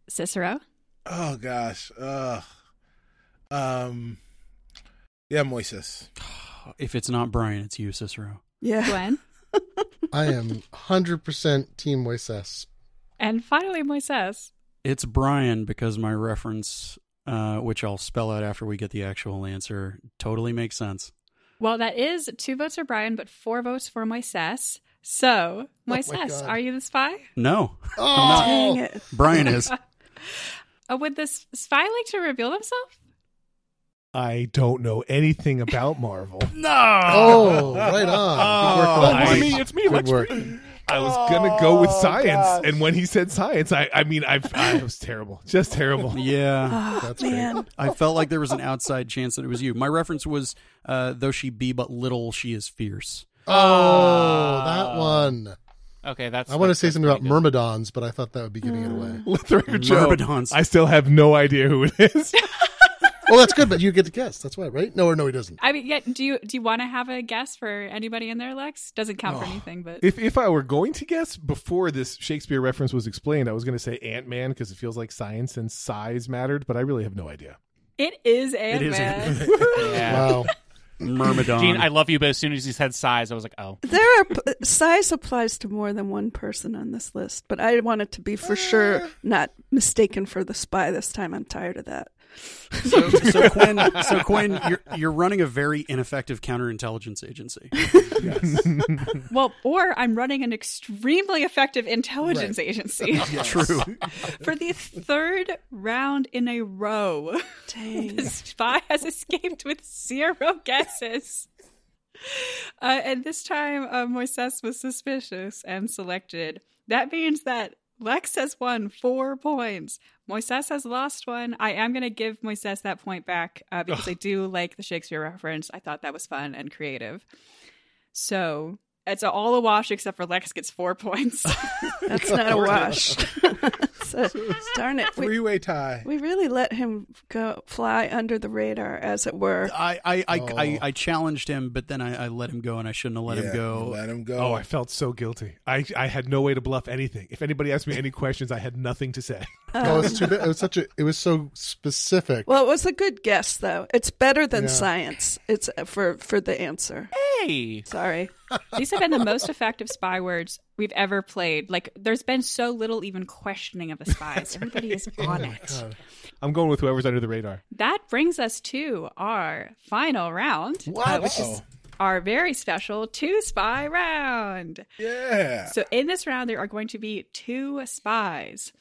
[SPEAKER 1] Cicero.
[SPEAKER 7] Oh gosh. Ugh. Um. Yeah, Moises.
[SPEAKER 3] If it's not Brian, it's you, Cicero.
[SPEAKER 5] yeah
[SPEAKER 1] Gwen,
[SPEAKER 2] I am 100% Team Moises.
[SPEAKER 1] and finally Moises.
[SPEAKER 3] It's Brian because my reference, uh, which I'll spell out after we get the actual answer, totally makes sense.
[SPEAKER 1] Well, that is two votes for Brian, but four votes for Moises. So,
[SPEAKER 2] my
[SPEAKER 1] Moises,
[SPEAKER 2] God.
[SPEAKER 1] are you the spy?
[SPEAKER 3] No, [LAUGHS]
[SPEAKER 5] Dang
[SPEAKER 2] Oh,
[SPEAKER 5] it.
[SPEAKER 3] Brian is.
[SPEAKER 1] Uh, would this spy like to reveal himself?
[SPEAKER 6] I don't know anything about [LAUGHS] Marvel.
[SPEAKER 2] oh right on. Good work,
[SPEAKER 6] Oh,
[SPEAKER 2] Lex.
[SPEAKER 6] it's me, it's me,
[SPEAKER 2] Good
[SPEAKER 6] Lex. Oh,
[SPEAKER 2] work.
[SPEAKER 6] I was gonna go with science, and when he said science, I I mean I've, I was terrible, just [LAUGHS] terrible.
[SPEAKER 3] Yeah.
[SPEAKER 5] Oh,
[SPEAKER 2] That's great.
[SPEAKER 5] man.
[SPEAKER 3] I felt like there was an outside chance that it was you. My reference was, uh, though she be but little, she is fierce.
[SPEAKER 2] Oh, that one.
[SPEAKER 4] Okay, that's.
[SPEAKER 2] I want to
[SPEAKER 4] that's-
[SPEAKER 2] say
[SPEAKER 4] that's
[SPEAKER 2] something about
[SPEAKER 4] pretty good.
[SPEAKER 2] myrmidons, but I thought that would be giving it away.
[SPEAKER 6] Let the record show.
[SPEAKER 3] Myrmidons.
[SPEAKER 6] I still have no idea who it is.
[SPEAKER 2] Well, that's good, but you get to guess. That's why, right? No, or no, he doesn't.
[SPEAKER 1] I mean, yeah. Do you do you want to have a guess for anybody in there, Lex? Doesn't count for anything, but
[SPEAKER 6] if if I were going to guess before this Shakespeare reference was explained, I was going to say Ant Man because it feels like science and size mattered, but I really have no idea.
[SPEAKER 1] it is Ant
[SPEAKER 3] is
[SPEAKER 1] Man.
[SPEAKER 4] Yeah.
[SPEAKER 2] Wow.
[SPEAKER 3] Myrmidon. [LAUGHS]
[SPEAKER 4] Gene, I love you, but as soon as he said size, I was like, oh.
[SPEAKER 5] There are p- size applies to more than one person on this list, but I want it to be for sure not mistaken for the spy this time. I'm tired of that.
[SPEAKER 3] so, so Quinn, so Quinn, you're you're running a very ineffective counterintelligence agency.
[SPEAKER 1] [LAUGHS] Well, or I'm running an extremely effective intelligence agency
[SPEAKER 3] True.
[SPEAKER 1] [LAUGHS] for the third round in a row. [LAUGHS] The
[SPEAKER 5] Dang.
[SPEAKER 1] spy has escaped with zero guesses. Uh, and this time, uh, Moises was suspicious and selected. That means that Lex has won four points. Moises has lost one. I am going to give Moises that point back uh, because I do like the Shakespeare reference. I thought that was fun and creative. So it's all a wash except for Lex gets four points.
[SPEAKER 5] That's not a wash. [LAUGHS] so, darn it. We,
[SPEAKER 7] Three way tie.
[SPEAKER 5] we really let him go fly under the radar, as it were.
[SPEAKER 3] I I, I, I
[SPEAKER 2] Oh.
[SPEAKER 3] I challenged him, but then I, I let him go, and I shouldn't have let
[SPEAKER 7] Yeah,
[SPEAKER 3] him go.
[SPEAKER 7] Let him go.
[SPEAKER 6] Oh, I felt so guilty. I I had no way to bluff anything. If anybody asked me any questions, I had nothing to say. [LAUGHS]
[SPEAKER 2] Oh, it's too bad. It was such a. It was so specific.
[SPEAKER 5] Well, it was a good guess, though. It's better than
[SPEAKER 2] Yeah.
[SPEAKER 5] science. It's uh, for for the answer.
[SPEAKER 4] Hey.
[SPEAKER 5] Sorry.
[SPEAKER 1] These have been the most effective spy words we've ever played. Like, there's been so little even questioning of the spies. Everybody is
[SPEAKER 2] Oh
[SPEAKER 1] on it.
[SPEAKER 6] I'm going with whoever's under the radar.
[SPEAKER 1] That brings us to our final round, uh, which is
[SPEAKER 7] Wow.
[SPEAKER 1] our very special two spy round.
[SPEAKER 7] yeah.
[SPEAKER 1] So, in this round, there are going to be two spies.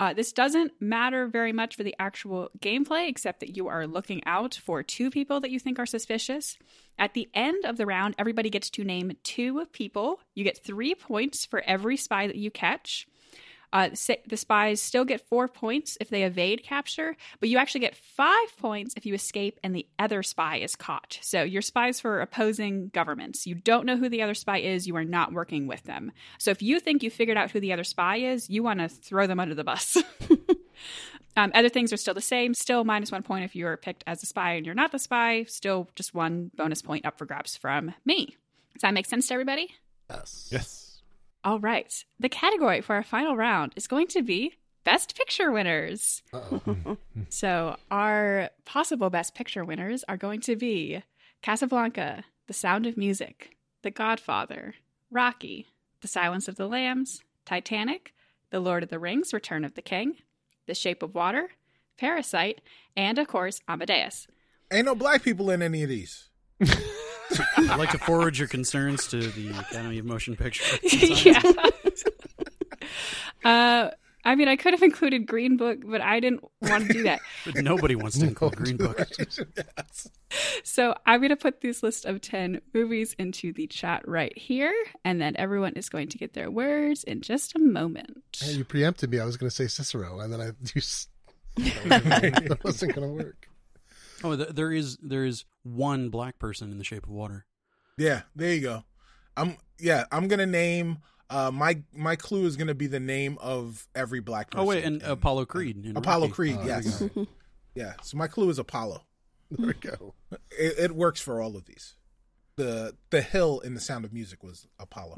[SPEAKER 1] Uh, this doesn't matter very much for the actual gameplay, except that you are looking out for two people that you think are suspicious. At the end of the round, everybody gets to name two people. You get three points for every spy that you catch. Uh, sa- the spies still get four points if they evade capture, but you actually get five points if you escape and the other spy is caught. So you're spies for opposing governments. You don't know who the other spy is. You are not working with them. So if you think you figured out who the other spy is, you want to throw them under the bus. [LAUGHS] um, other things are still the same. Still minus one point if you are picked as a spy and you're not the spy. Still just one bonus point up for grabs from me. Does that make sense to everybody?
[SPEAKER 2] yes.
[SPEAKER 6] Yes.
[SPEAKER 1] All right. The category for our final round is going to be Best Picture winners. so, our possible Best Picture winners are going to be Casablanca, The Sound of Music, The Godfather, Rocky, The Silence of the Lambs, Titanic, The Lord of the Rings, Return of the King, The Shape of Water, Parasite, and of course, Amadeus.
[SPEAKER 7] Ain't no black people in any of these.
[SPEAKER 3] I'd like to forward your concerns to the Academy of Motion Picture.
[SPEAKER 1] [LAUGHS] yeah. uh, I mean, I could have included Green Book, but I didn't want to do that.
[SPEAKER 3] But nobody wants to include Green Book.
[SPEAKER 2] [LAUGHS]
[SPEAKER 1] So I'm going to put this list of 10 movies into the chat right here, and then everyone is going to get their words in just a moment.
[SPEAKER 2] Hey, you preempted me. I was going to say Cicero, and then I you,
[SPEAKER 4] [LAUGHS]
[SPEAKER 2] s- that wasn't going to work.
[SPEAKER 3] [LAUGHS] Oh, th- there is there is one black person in The Shape of Water.
[SPEAKER 7] Yeah, there you go. I'm yeah, I'm gonna name uh my my clue is gonna be the name of every black person.
[SPEAKER 3] Oh wait, and
[SPEAKER 7] in-
[SPEAKER 3] Apollo Creed. in
[SPEAKER 7] Apollo
[SPEAKER 3] Rocky.
[SPEAKER 7] Creed,
[SPEAKER 2] Oh,
[SPEAKER 7] yes.
[SPEAKER 2] [LAUGHS] there
[SPEAKER 7] [LAUGHS] yeah. So my clue is Apollo.
[SPEAKER 2] There we go.
[SPEAKER 7] It, it works for all of these. The the hill in the sound of music was
[SPEAKER 2] [LAUGHS]
[SPEAKER 7] Apollo.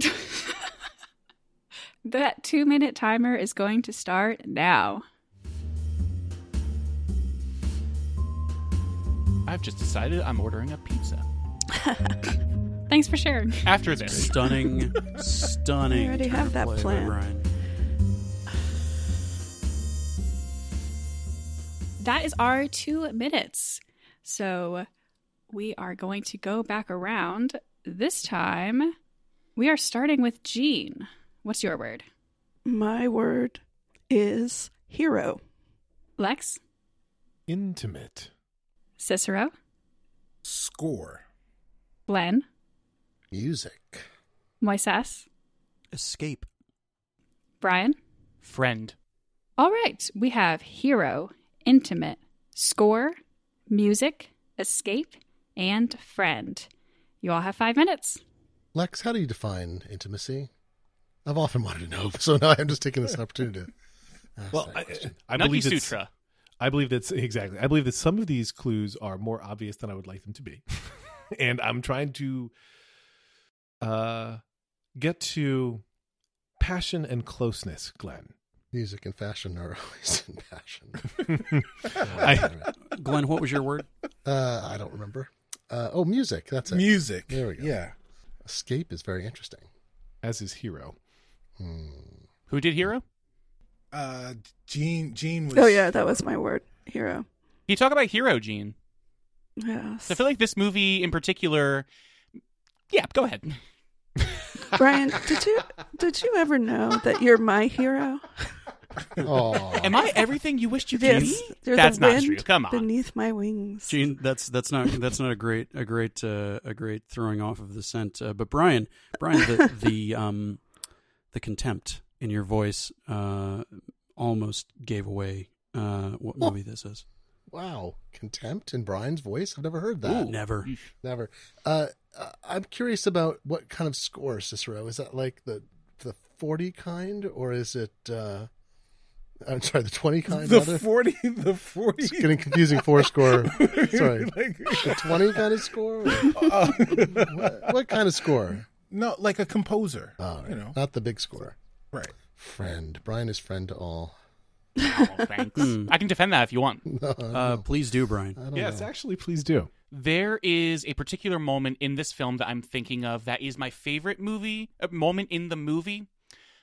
[SPEAKER 1] That two minute timer is going to start now.
[SPEAKER 4] I've just decided I'm ordering a pizza.
[SPEAKER 1] Thanks for sharing. [LAUGHS]
[SPEAKER 4] After this.
[SPEAKER 3] [LAUGHS] Stunning, stunning.
[SPEAKER 5] I already
[SPEAKER 3] turn
[SPEAKER 5] have
[SPEAKER 3] of
[SPEAKER 5] that
[SPEAKER 3] play by
[SPEAKER 5] plan.
[SPEAKER 3] Brian.
[SPEAKER 1] That is our two minutes. So we are going to go back around. This time, we are starting with Gene. What's your word?
[SPEAKER 5] My word is hero.
[SPEAKER 1] Lex?
[SPEAKER 6] Intimate.
[SPEAKER 1] Cicero?
[SPEAKER 7] Score.
[SPEAKER 1] Glenn?
[SPEAKER 2] Music.
[SPEAKER 1] Moises?
[SPEAKER 3] Escape.
[SPEAKER 1] Brian?
[SPEAKER 4] Friend.
[SPEAKER 1] All right, we have hero, intimate, score, music, escape, and friend. You all have five minutes.
[SPEAKER 2] Lex, how do you define intimacy? I've often wanted to know, [LAUGHS] so now I'm just taking this opportunity to ask
[SPEAKER 6] Well,
[SPEAKER 2] that
[SPEAKER 6] I, uh,
[SPEAKER 2] question.
[SPEAKER 6] I
[SPEAKER 4] Nagi
[SPEAKER 6] believe it's-
[SPEAKER 4] Sutra.
[SPEAKER 6] I believe that's exactly. I believe that some of these clues are more obvious than I would like them to be, and I'm trying to uh, get to passion and closeness, Glenn.
[SPEAKER 2] Music and fashion are [LAUGHS] always in passion. [LAUGHS]
[SPEAKER 6] I-
[SPEAKER 3] Glenn, what was your word?
[SPEAKER 2] uh, I don't remember. Uh, oh, music. That's it.
[SPEAKER 7] Music.
[SPEAKER 2] There we go.
[SPEAKER 7] Yeah.
[SPEAKER 2] Escape is very
[SPEAKER 7] [LAUGHS]
[SPEAKER 2] interesting.
[SPEAKER 6] As his hero,
[SPEAKER 2] Hmm.
[SPEAKER 4] Who did Hero?
[SPEAKER 7] Uh, Gene. Gene was.
[SPEAKER 5] Oh yeah, that was my word. Hero.
[SPEAKER 4] You talk about Hero Gene.
[SPEAKER 5] Yes.
[SPEAKER 4] So I feel like this movie in particular. Yeah, go ahead.
[SPEAKER 5] Brian, did you did you ever know that you're my hero?
[SPEAKER 2] Oh,
[SPEAKER 4] Am I everything you wished you could
[SPEAKER 5] Yes,
[SPEAKER 4] be?
[SPEAKER 5] you're
[SPEAKER 4] That's
[SPEAKER 5] the
[SPEAKER 4] not
[SPEAKER 5] wind
[SPEAKER 4] true. Come on.
[SPEAKER 5] beneath my wings.
[SPEAKER 3] [LAUGHS] Gene, that's that's not that's not a great a great uh, a great throwing off of the scent. Uh, but Brian, Brian, [LAUGHS] the the um the contempt in your voice uh almost gave away uh what movie this is.
[SPEAKER 2] wow. Contempt in Brian's voice? I've never heard that.
[SPEAKER 3] Never.
[SPEAKER 2] Never. Uh, uh, I'm curious about what kind of score, Cicero. Is that like the the 40 kind, or is it? Uh, I'm sorry, the 20 kind. rather?
[SPEAKER 7] The forty. The forty.
[SPEAKER 2] It's getting confusing. Four score. Sorry,
[SPEAKER 7] [LAUGHS] like, [LAUGHS]
[SPEAKER 2] the 20 kind of score. what, what kind of score?
[SPEAKER 7] no, like a composer.
[SPEAKER 2] Oh,
[SPEAKER 7] You know.
[SPEAKER 2] not the big score.
[SPEAKER 7] Right.
[SPEAKER 2] Friend. Brian is friend to all. [LAUGHS]
[SPEAKER 4] Oh, thanks.
[SPEAKER 2] Hmm.
[SPEAKER 4] I can defend that if you want.
[SPEAKER 2] No, I
[SPEAKER 3] Uh, please do, Brian.
[SPEAKER 2] don't
[SPEAKER 6] yes,
[SPEAKER 2] know.
[SPEAKER 6] actually, please do.
[SPEAKER 4] There is a particular moment in this film that I'm thinking of that is my favorite movie uh, moment in the movie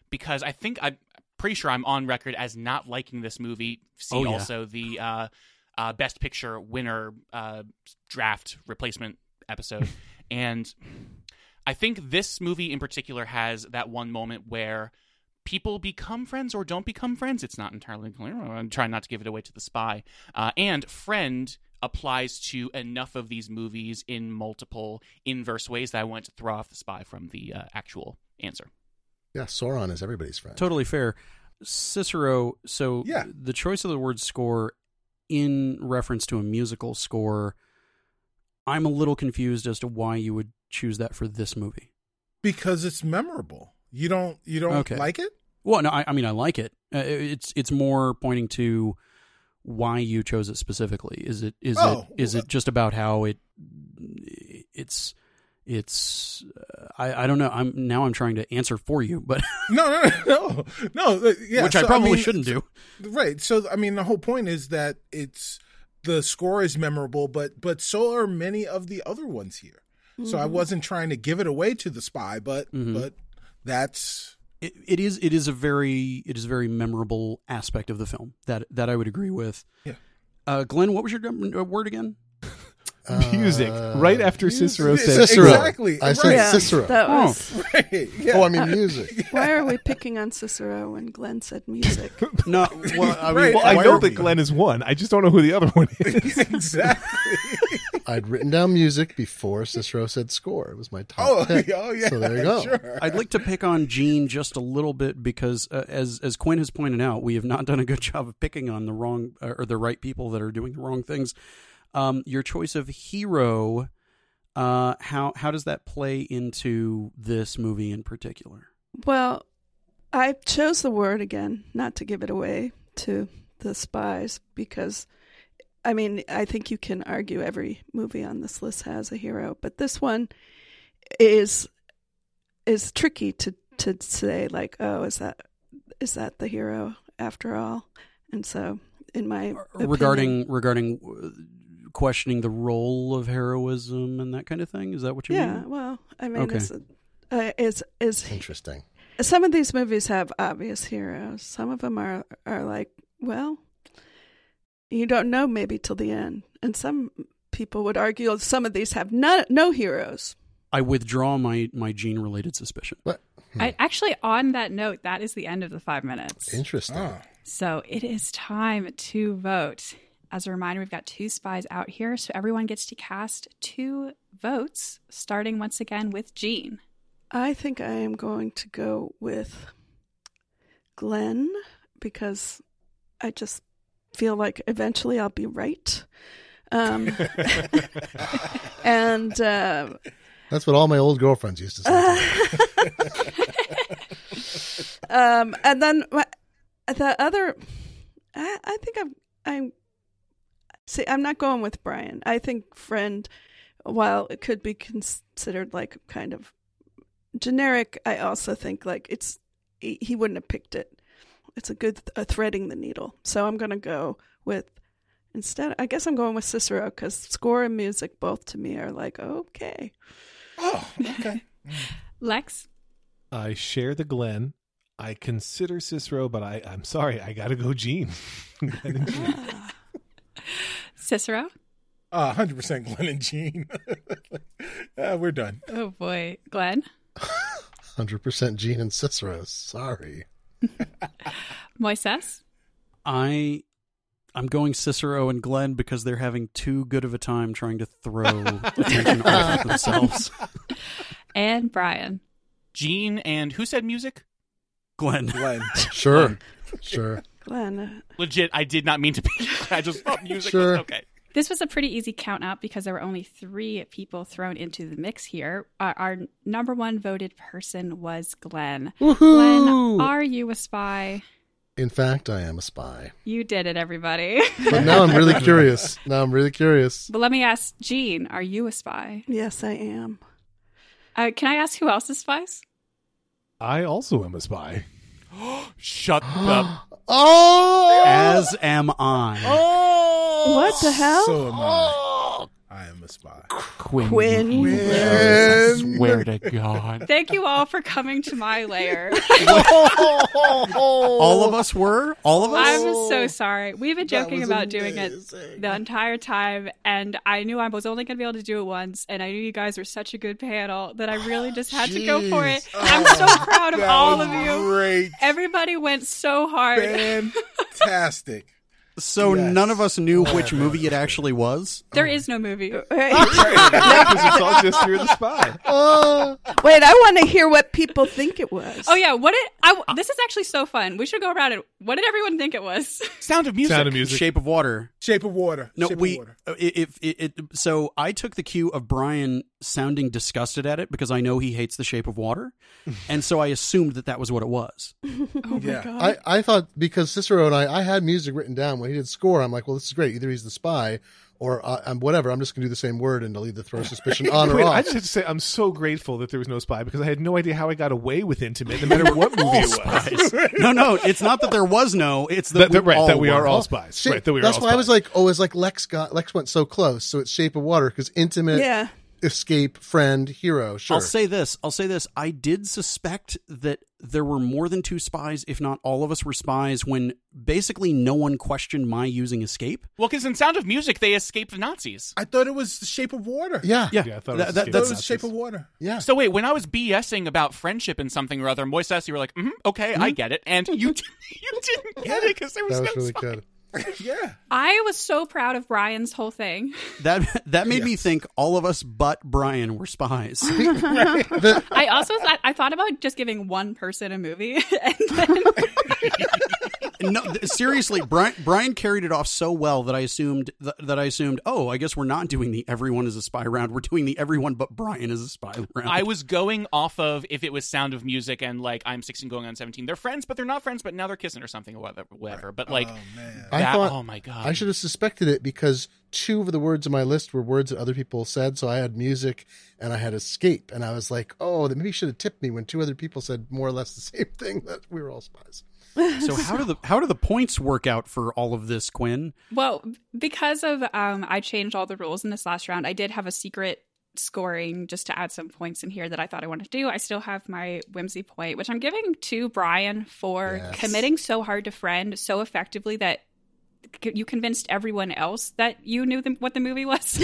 [SPEAKER 4] because I think I'm pretty sure I'm on record as not liking this movie. See
[SPEAKER 3] Oh, yeah.
[SPEAKER 4] also the uh, uh, best picture winner uh, draft replacement
[SPEAKER 3] [LAUGHS]
[SPEAKER 4] episode, and I think this movie in particular has that one moment where people become friends or don't become friends. It's not entirely clear. I'm trying not to give it away to the spy. Uh, and friend applies to enough of these movies in multiple inverse ways that I want to throw off the spy from the uh, actual answer.
[SPEAKER 2] Yeah, Sauron is everybody's friend.
[SPEAKER 3] Totally fair. Cicero, so
[SPEAKER 7] Yeah.
[SPEAKER 3] the choice of the word score in reference to a musical score, I'm a little confused as to why you would choose that for this movie.
[SPEAKER 7] Because it's memorable. You don't. You don't
[SPEAKER 3] Okay.
[SPEAKER 7] like it.
[SPEAKER 3] Well, no, I, I mean I like it. Uh, it- it's it's more pointing to why you chose it specifically. Is it is
[SPEAKER 7] Oh,
[SPEAKER 3] it is
[SPEAKER 7] well-
[SPEAKER 3] it just about how it it's it's uh, I I don't know. I'm now I'm trying to answer for you, but [LAUGHS]
[SPEAKER 7] No. [LAUGHS] No. No. No. no yeah.
[SPEAKER 3] which I
[SPEAKER 7] so,
[SPEAKER 3] probably
[SPEAKER 7] mean,
[SPEAKER 3] shouldn't do.
[SPEAKER 7] Right. So I mean, the whole point is that it's the score is memorable, but but so are many of the other ones here. So I
[SPEAKER 3] Mm-hmm.
[SPEAKER 7] wasn't trying to give it away to the spy, but but that's [LAUGHS]
[SPEAKER 3] It, it is it is a very it is a very memorable aspect of the film that that I would agree with.
[SPEAKER 7] Yeah.
[SPEAKER 3] Uh, Glenn, what was your gum- uh, word again?
[SPEAKER 6] music right after Cicero
[SPEAKER 7] It's
[SPEAKER 6] said
[SPEAKER 2] Uh, Cicero.
[SPEAKER 7] Exactly.
[SPEAKER 2] I said
[SPEAKER 7] Right.
[SPEAKER 5] yeah,
[SPEAKER 2] Cicero.
[SPEAKER 5] That
[SPEAKER 3] Oh.
[SPEAKER 5] was.
[SPEAKER 7] right. Yeah.
[SPEAKER 2] Oh, I mean music.
[SPEAKER 7] [LAUGHS]
[SPEAKER 5] Why are we picking on Cicero when Glenn said music?
[SPEAKER 3] No, well, I mean,
[SPEAKER 7] Right.
[SPEAKER 6] Well, I
[SPEAKER 7] Why
[SPEAKER 6] know
[SPEAKER 7] are
[SPEAKER 6] that
[SPEAKER 7] we-
[SPEAKER 6] Glenn is one. I just don't know who the other one is.
[SPEAKER 7] [LAUGHS] exactly.
[SPEAKER 2] I'd written down music before Cicero said score. It was my top. [LAUGHS]
[SPEAKER 7] Oh,
[SPEAKER 2] pick.
[SPEAKER 7] [LAUGHS] oh, yeah,
[SPEAKER 2] So there you go.
[SPEAKER 7] sure.
[SPEAKER 3] I'd like to pick on Gene just a little bit because, uh, as as Quinn has pointed out, we have not done a good job of picking on the wrong uh, or the right people that are doing the wrong things. Um, your choice of hero, uh, how how does that play into this movie in particular?
[SPEAKER 5] Well, I chose the word again, not to give it away to the spies, because I mean, I think you can argue every movie on this list has a hero, but this one is is tricky to to say like, oh, is that is that the hero after all? And so, in my opinion-
[SPEAKER 3] Regarding regarding uh, questioning the role of heroism and that kind of thing, is that what you
[SPEAKER 5] yeah,
[SPEAKER 3] mean?
[SPEAKER 5] well, I mean,
[SPEAKER 3] Okay.
[SPEAKER 5] is, uh, is is
[SPEAKER 2] Interesting.
[SPEAKER 5] some of these movies have obvious heroes. Some of them are are like, well, you don't know maybe till the end. And some people would argue some of these have no no heroes.
[SPEAKER 3] I withdraw my my Gene related suspicion.
[SPEAKER 2] What? Hmm.
[SPEAKER 1] I, actually, on that note, that is the end of the five minutes.
[SPEAKER 2] Interesting.
[SPEAKER 7] Ah.
[SPEAKER 1] So it is time to vote. As a reminder, we've got two spies out here, so everyone gets to cast two votes, starting once again with Jean.
[SPEAKER 5] I think I am going to go with Glenn because I just feel like eventually [LAUGHS] I'll be right. Um, and uh,
[SPEAKER 2] That's what all my old girlfriends used to say. to me.
[SPEAKER 5] [LAUGHS] um, and then wha- the other, I, I think I'm, I'm, see, I'm not going with Brian. I think friend, while it could be considered like kind of generic, I also think like it's, he, he wouldn't have picked it. It's a good uh, threading the needle. So I'm going to go with, instead, I guess I'm going with Cicero because score and music both to me are like, okay.
[SPEAKER 8] Oh, okay.
[SPEAKER 1] Lex,
[SPEAKER 6] I share the Glen. I consider Cicero, but I, I'm sorry, I gotta go Gene. [LAUGHS] Glenn and Jean.
[SPEAKER 1] Cicero.
[SPEAKER 8] Uh, 100% Glenn and
[SPEAKER 7] [LAUGHS]
[SPEAKER 8] Jean. uh, we're done.
[SPEAKER 1] Oh boy, Glenn,
[SPEAKER 2] 100% Gene and Cicero. Sorry.
[SPEAKER 1] Moises,
[SPEAKER 3] I I'm going Cicero and Glenn because they're having too good of a time trying to
[SPEAKER 5] [LAUGHS]
[SPEAKER 3] throw attention off of
[SPEAKER 2] Oh.
[SPEAKER 3] themselves.
[SPEAKER 1] [LAUGHS] and Brian.
[SPEAKER 4] Gene and who said music?
[SPEAKER 3] Glenn.
[SPEAKER 8] Glenn.
[SPEAKER 2] Sure. [LAUGHS] Sure.
[SPEAKER 5] Glenn,
[SPEAKER 4] Legit, I did not mean to be. [LAUGHS] I just thought music
[SPEAKER 2] Sure.
[SPEAKER 4] was okay.
[SPEAKER 1] This was a pretty easy count out because there were only three people thrown into the mix here. Our, our number one voted person was Glenn.
[SPEAKER 2] Woohoo!
[SPEAKER 1] Glenn, are you a spy?
[SPEAKER 2] In fact, I am a spy.
[SPEAKER 1] You did it, everybody. [LAUGHS]
[SPEAKER 2] But now I'm really curious. Now I'm really curious.
[SPEAKER 1] but let me ask Gene, are you a spy?
[SPEAKER 5] yes, I am.
[SPEAKER 1] Uh, can I ask who else is spies?
[SPEAKER 6] I also am a spy.
[SPEAKER 4] Shut up.
[SPEAKER 2] Oh!
[SPEAKER 3] As am I.
[SPEAKER 1] Oh.
[SPEAKER 5] What
[SPEAKER 7] [LAUGHS]
[SPEAKER 5] the hell?
[SPEAKER 8] So am I.
[SPEAKER 3] Oh.
[SPEAKER 8] I am a spy.
[SPEAKER 3] Quinn.
[SPEAKER 5] Quinn.
[SPEAKER 3] I swear to
[SPEAKER 5] [LAUGHS]
[SPEAKER 3] God.
[SPEAKER 1] Thank you all for coming to my lair.
[SPEAKER 3] All of us were? All of us?
[SPEAKER 1] I'm
[SPEAKER 8] Oh,
[SPEAKER 1] so sorry. We've been
[SPEAKER 2] That
[SPEAKER 1] joking
[SPEAKER 2] was
[SPEAKER 1] about doing it
[SPEAKER 2] amazing.
[SPEAKER 1] the entire time, and I knew I was only going to be able to do it once, and I knew you guys were such a good panel that I
[SPEAKER 8] [GASPS]
[SPEAKER 1] really just had to go for it.
[SPEAKER 8] Jeez.
[SPEAKER 1] I'm so
[SPEAKER 8] Oh,
[SPEAKER 1] proud of
[SPEAKER 8] that
[SPEAKER 1] all
[SPEAKER 8] was
[SPEAKER 1] of you.
[SPEAKER 8] Great.
[SPEAKER 1] Everybody went so hard.
[SPEAKER 8] Fantastic.
[SPEAKER 3] so
[SPEAKER 8] Yes.
[SPEAKER 3] none of us knew which movie it actually was?
[SPEAKER 1] There is no movie.
[SPEAKER 5] Right.
[SPEAKER 6] yeah, because it's all just you're the spy.
[SPEAKER 5] [LAUGHS] Wait, I want to hear what people think it was.
[SPEAKER 1] Oh yeah, what did
[SPEAKER 8] Uh,
[SPEAKER 1] I? This is actually so fun. We should go around it. What did everyone think it was? [LAUGHS]
[SPEAKER 4] Sound of music.
[SPEAKER 6] Sound of music.
[SPEAKER 3] Shape of Water.
[SPEAKER 8] Shape of water.
[SPEAKER 3] No,
[SPEAKER 8] Shape
[SPEAKER 3] we
[SPEAKER 8] Of water.
[SPEAKER 3] uh, if it, it so I took the cue of Brian sounding disgusted at it because I know he hates the shape of
[SPEAKER 6] [LAUGHS]
[SPEAKER 3] water, and so I assumed that that was what it was.
[SPEAKER 1] Oh
[SPEAKER 8] Yeah.
[SPEAKER 1] my god.
[SPEAKER 2] I, uh, I thought because Cicero and I, I had music written down when he did score. I'm like, well, this is great. Either he's the spy or I, I'm whatever. I'm just going to do the same word and I'll either throw suspicion on or
[SPEAKER 6] Quinn,
[SPEAKER 2] off.
[SPEAKER 6] I just have to say I'm so grateful that there was no spy because I had no idea how I got away with intimate, no matter what movie it was.
[SPEAKER 3] no, no, it's not that there was no. It's that,
[SPEAKER 6] That- that-
[SPEAKER 3] we
[SPEAKER 6] right,
[SPEAKER 3] all
[SPEAKER 6] that we are
[SPEAKER 3] were.
[SPEAKER 6] all spies.
[SPEAKER 2] Shit,
[SPEAKER 6] right, that we were
[SPEAKER 2] that's
[SPEAKER 6] all
[SPEAKER 2] why I was
[SPEAKER 6] spies.
[SPEAKER 2] like, oh, it's like Lex got Lex went so close, so it's Shape of Water because intimate,
[SPEAKER 5] Yeah.
[SPEAKER 2] escape, friend, hero. Sure,
[SPEAKER 3] I'll say this. I'll say this. I did suspect that there were more than two spies, if not all of us were spies, when basically no one questioned my using escape.
[SPEAKER 4] Well, because in Sound of Music, they escaped the Nazis.
[SPEAKER 8] I thought it was the shape of water.
[SPEAKER 2] yeah,
[SPEAKER 3] Yeah,
[SPEAKER 6] Yeah, I thought
[SPEAKER 3] that- that-
[SPEAKER 6] it was
[SPEAKER 8] I
[SPEAKER 6] escape.
[SPEAKER 8] thought it
[SPEAKER 3] that's
[SPEAKER 8] was the shape of water.
[SPEAKER 2] yeah.
[SPEAKER 4] So wait, when I was BSing about friendship and something or other, Moises, you were like, mm "Okay, I get it," and you [LAUGHS] you didn't get it because there was,
[SPEAKER 2] Hmm? that was
[SPEAKER 4] no
[SPEAKER 2] really
[SPEAKER 4] spy.
[SPEAKER 2] good.
[SPEAKER 8] Yeah.
[SPEAKER 1] I was so proud of Brian's whole thing.
[SPEAKER 3] that that made me think all of us but Brian were spies. [LAUGHS]
[SPEAKER 2] The-
[SPEAKER 1] I
[SPEAKER 8] [LAUGHS]
[SPEAKER 1] also thought I thought about just giving one person a movie, [LAUGHS] and then
[SPEAKER 8] [LAUGHS]
[SPEAKER 3] no, th- seriously, Brian, Brian carried it off so well that I assumed th- that I assumed, oh, I guess we're not doing the everyone is a spy round. We're doing the everyone but Brian is a spy round.
[SPEAKER 4] I was going off of if it was Sound of Music and like I'm 16 going on 17. They're friends, but they're not friends, but now they're kissing or something or whatever. whatever. But like
[SPEAKER 8] oh man.
[SPEAKER 2] I
[SPEAKER 4] that,
[SPEAKER 2] thought-
[SPEAKER 4] oh my god,
[SPEAKER 2] I should have suspected it because two of the words on my list were words that other people said. So I had music and I had escape, and I was like, oh, that maybe should have tipped me when two other people said more or less the [LAUGHS] same thing that we were all spies.
[SPEAKER 3] so how do the how do the points work out for all of this, Quinn?
[SPEAKER 1] Well, because of um, I changed all the rules in this last round, I did have a secret scoring just to add some points in here that I thought I wanted to do. I still have my whimsy point, which I'm giving to Brian for
[SPEAKER 2] Yes.
[SPEAKER 1] committing so hard to friend so effectively that c- you convinced everyone else that you knew the, what the movie
[SPEAKER 2] [LAUGHS]
[SPEAKER 1] was.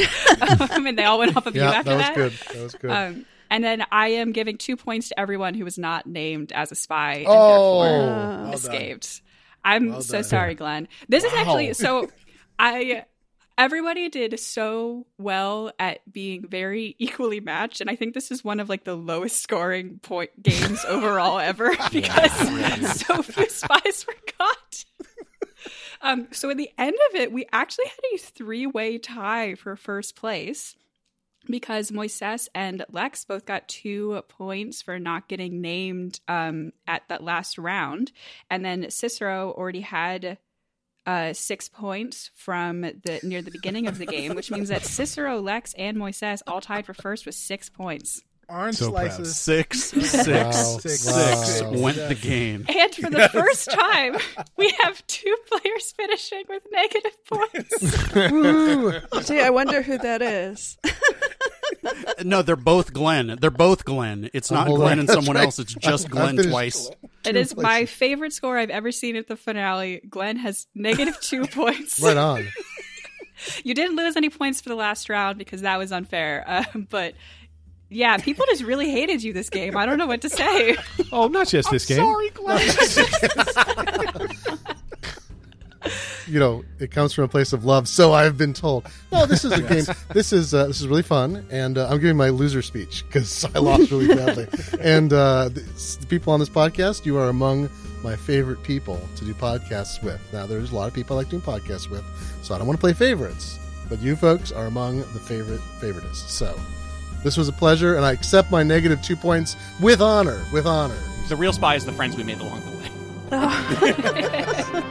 [SPEAKER 1] um, and they all went off of you
[SPEAKER 2] Yeah,
[SPEAKER 1] after
[SPEAKER 2] that was good. That was good.
[SPEAKER 4] Uh,
[SPEAKER 1] Um, and then I am giving two points to everyone who was not named as a spy. and
[SPEAKER 2] Oh.
[SPEAKER 1] therefore-
[SPEAKER 5] Uh,
[SPEAKER 8] Well done.
[SPEAKER 1] escaped. I'm
[SPEAKER 8] Well
[SPEAKER 1] so
[SPEAKER 8] done.
[SPEAKER 1] sorry, Glenn. This is
[SPEAKER 2] Wow.
[SPEAKER 1] actually so I everybody did so well at being very [LAUGHS] equally matched and I think this is one of like the lowest scoring point games [LAUGHS] overall ever because [LAUGHS] so few [LAUGHS] spies were caught. Um, so at the end of it, we actually had a three-way tie for first place. because Moises and Lex both got two points for not getting named um, at that last round, and then Cicero already had uh, six points from the near the beginning of the game, which means that Cicero, Lex, and Moises all tied for first with six points.
[SPEAKER 7] Orange
[SPEAKER 6] So proud.
[SPEAKER 7] slices.
[SPEAKER 3] Six, six,
[SPEAKER 2] Wow.
[SPEAKER 7] Six.
[SPEAKER 3] six
[SPEAKER 2] Wow.
[SPEAKER 3] went the game.
[SPEAKER 1] And for the first time, we have two players finishing with negative points.
[SPEAKER 2] Woo!
[SPEAKER 5] Gee, I wonder who that is.
[SPEAKER 3] No, they're both Glenn. They're both Glenn. It's
[SPEAKER 2] Oh,
[SPEAKER 3] not
[SPEAKER 2] hold
[SPEAKER 3] Glenn
[SPEAKER 2] on.
[SPEAKER 3] and
[SPEAKER 2] That's
[SPEAKER 3] someone
[SPEAKER 2] right.
[SPEAKER 3] else. It's just
[SPEAKER 2] [LAUGHS] I
[SPEAKER 3] Glenn
[SPEAKER 2] finished
[SPEAKER 3] twice.
[SPEAKER 1] it is my favorite score I've ever seen at the finale. Glenn has negative two points.
[SPEAKER 2] Right on.
[SPEAKER 1] [LAUGHS] you didn't lose any points for the last round because that was unfair. [LAUGHS] Uh, but yeah, people just really hated you this game. I don't know what to say. [LAUGHS]
[SPEAKER 6] Oh, not just this game.
[SPEAKER 4] [LAUGHS]
[SPEAKER 2] you know, it comes from a place of love, so I've been told. No, this is a game. This is uh, this is really fun, and uh, I'm giving my loser speech because [LAUGHS] I lost really badly. and uh, the, the people on this podcast, you are among my favorite people to do podcasts with. Now, there's a lot of people I like doing podcasts with, so I don't want to play favorites, but you folks are among the favorite favoritists. So, this was a pleasure, and I accept my negative two points with honor. With honor.
[SPEAKER 4] The real spy is the friends we made along the way.
[SPEAKER 5] Oh.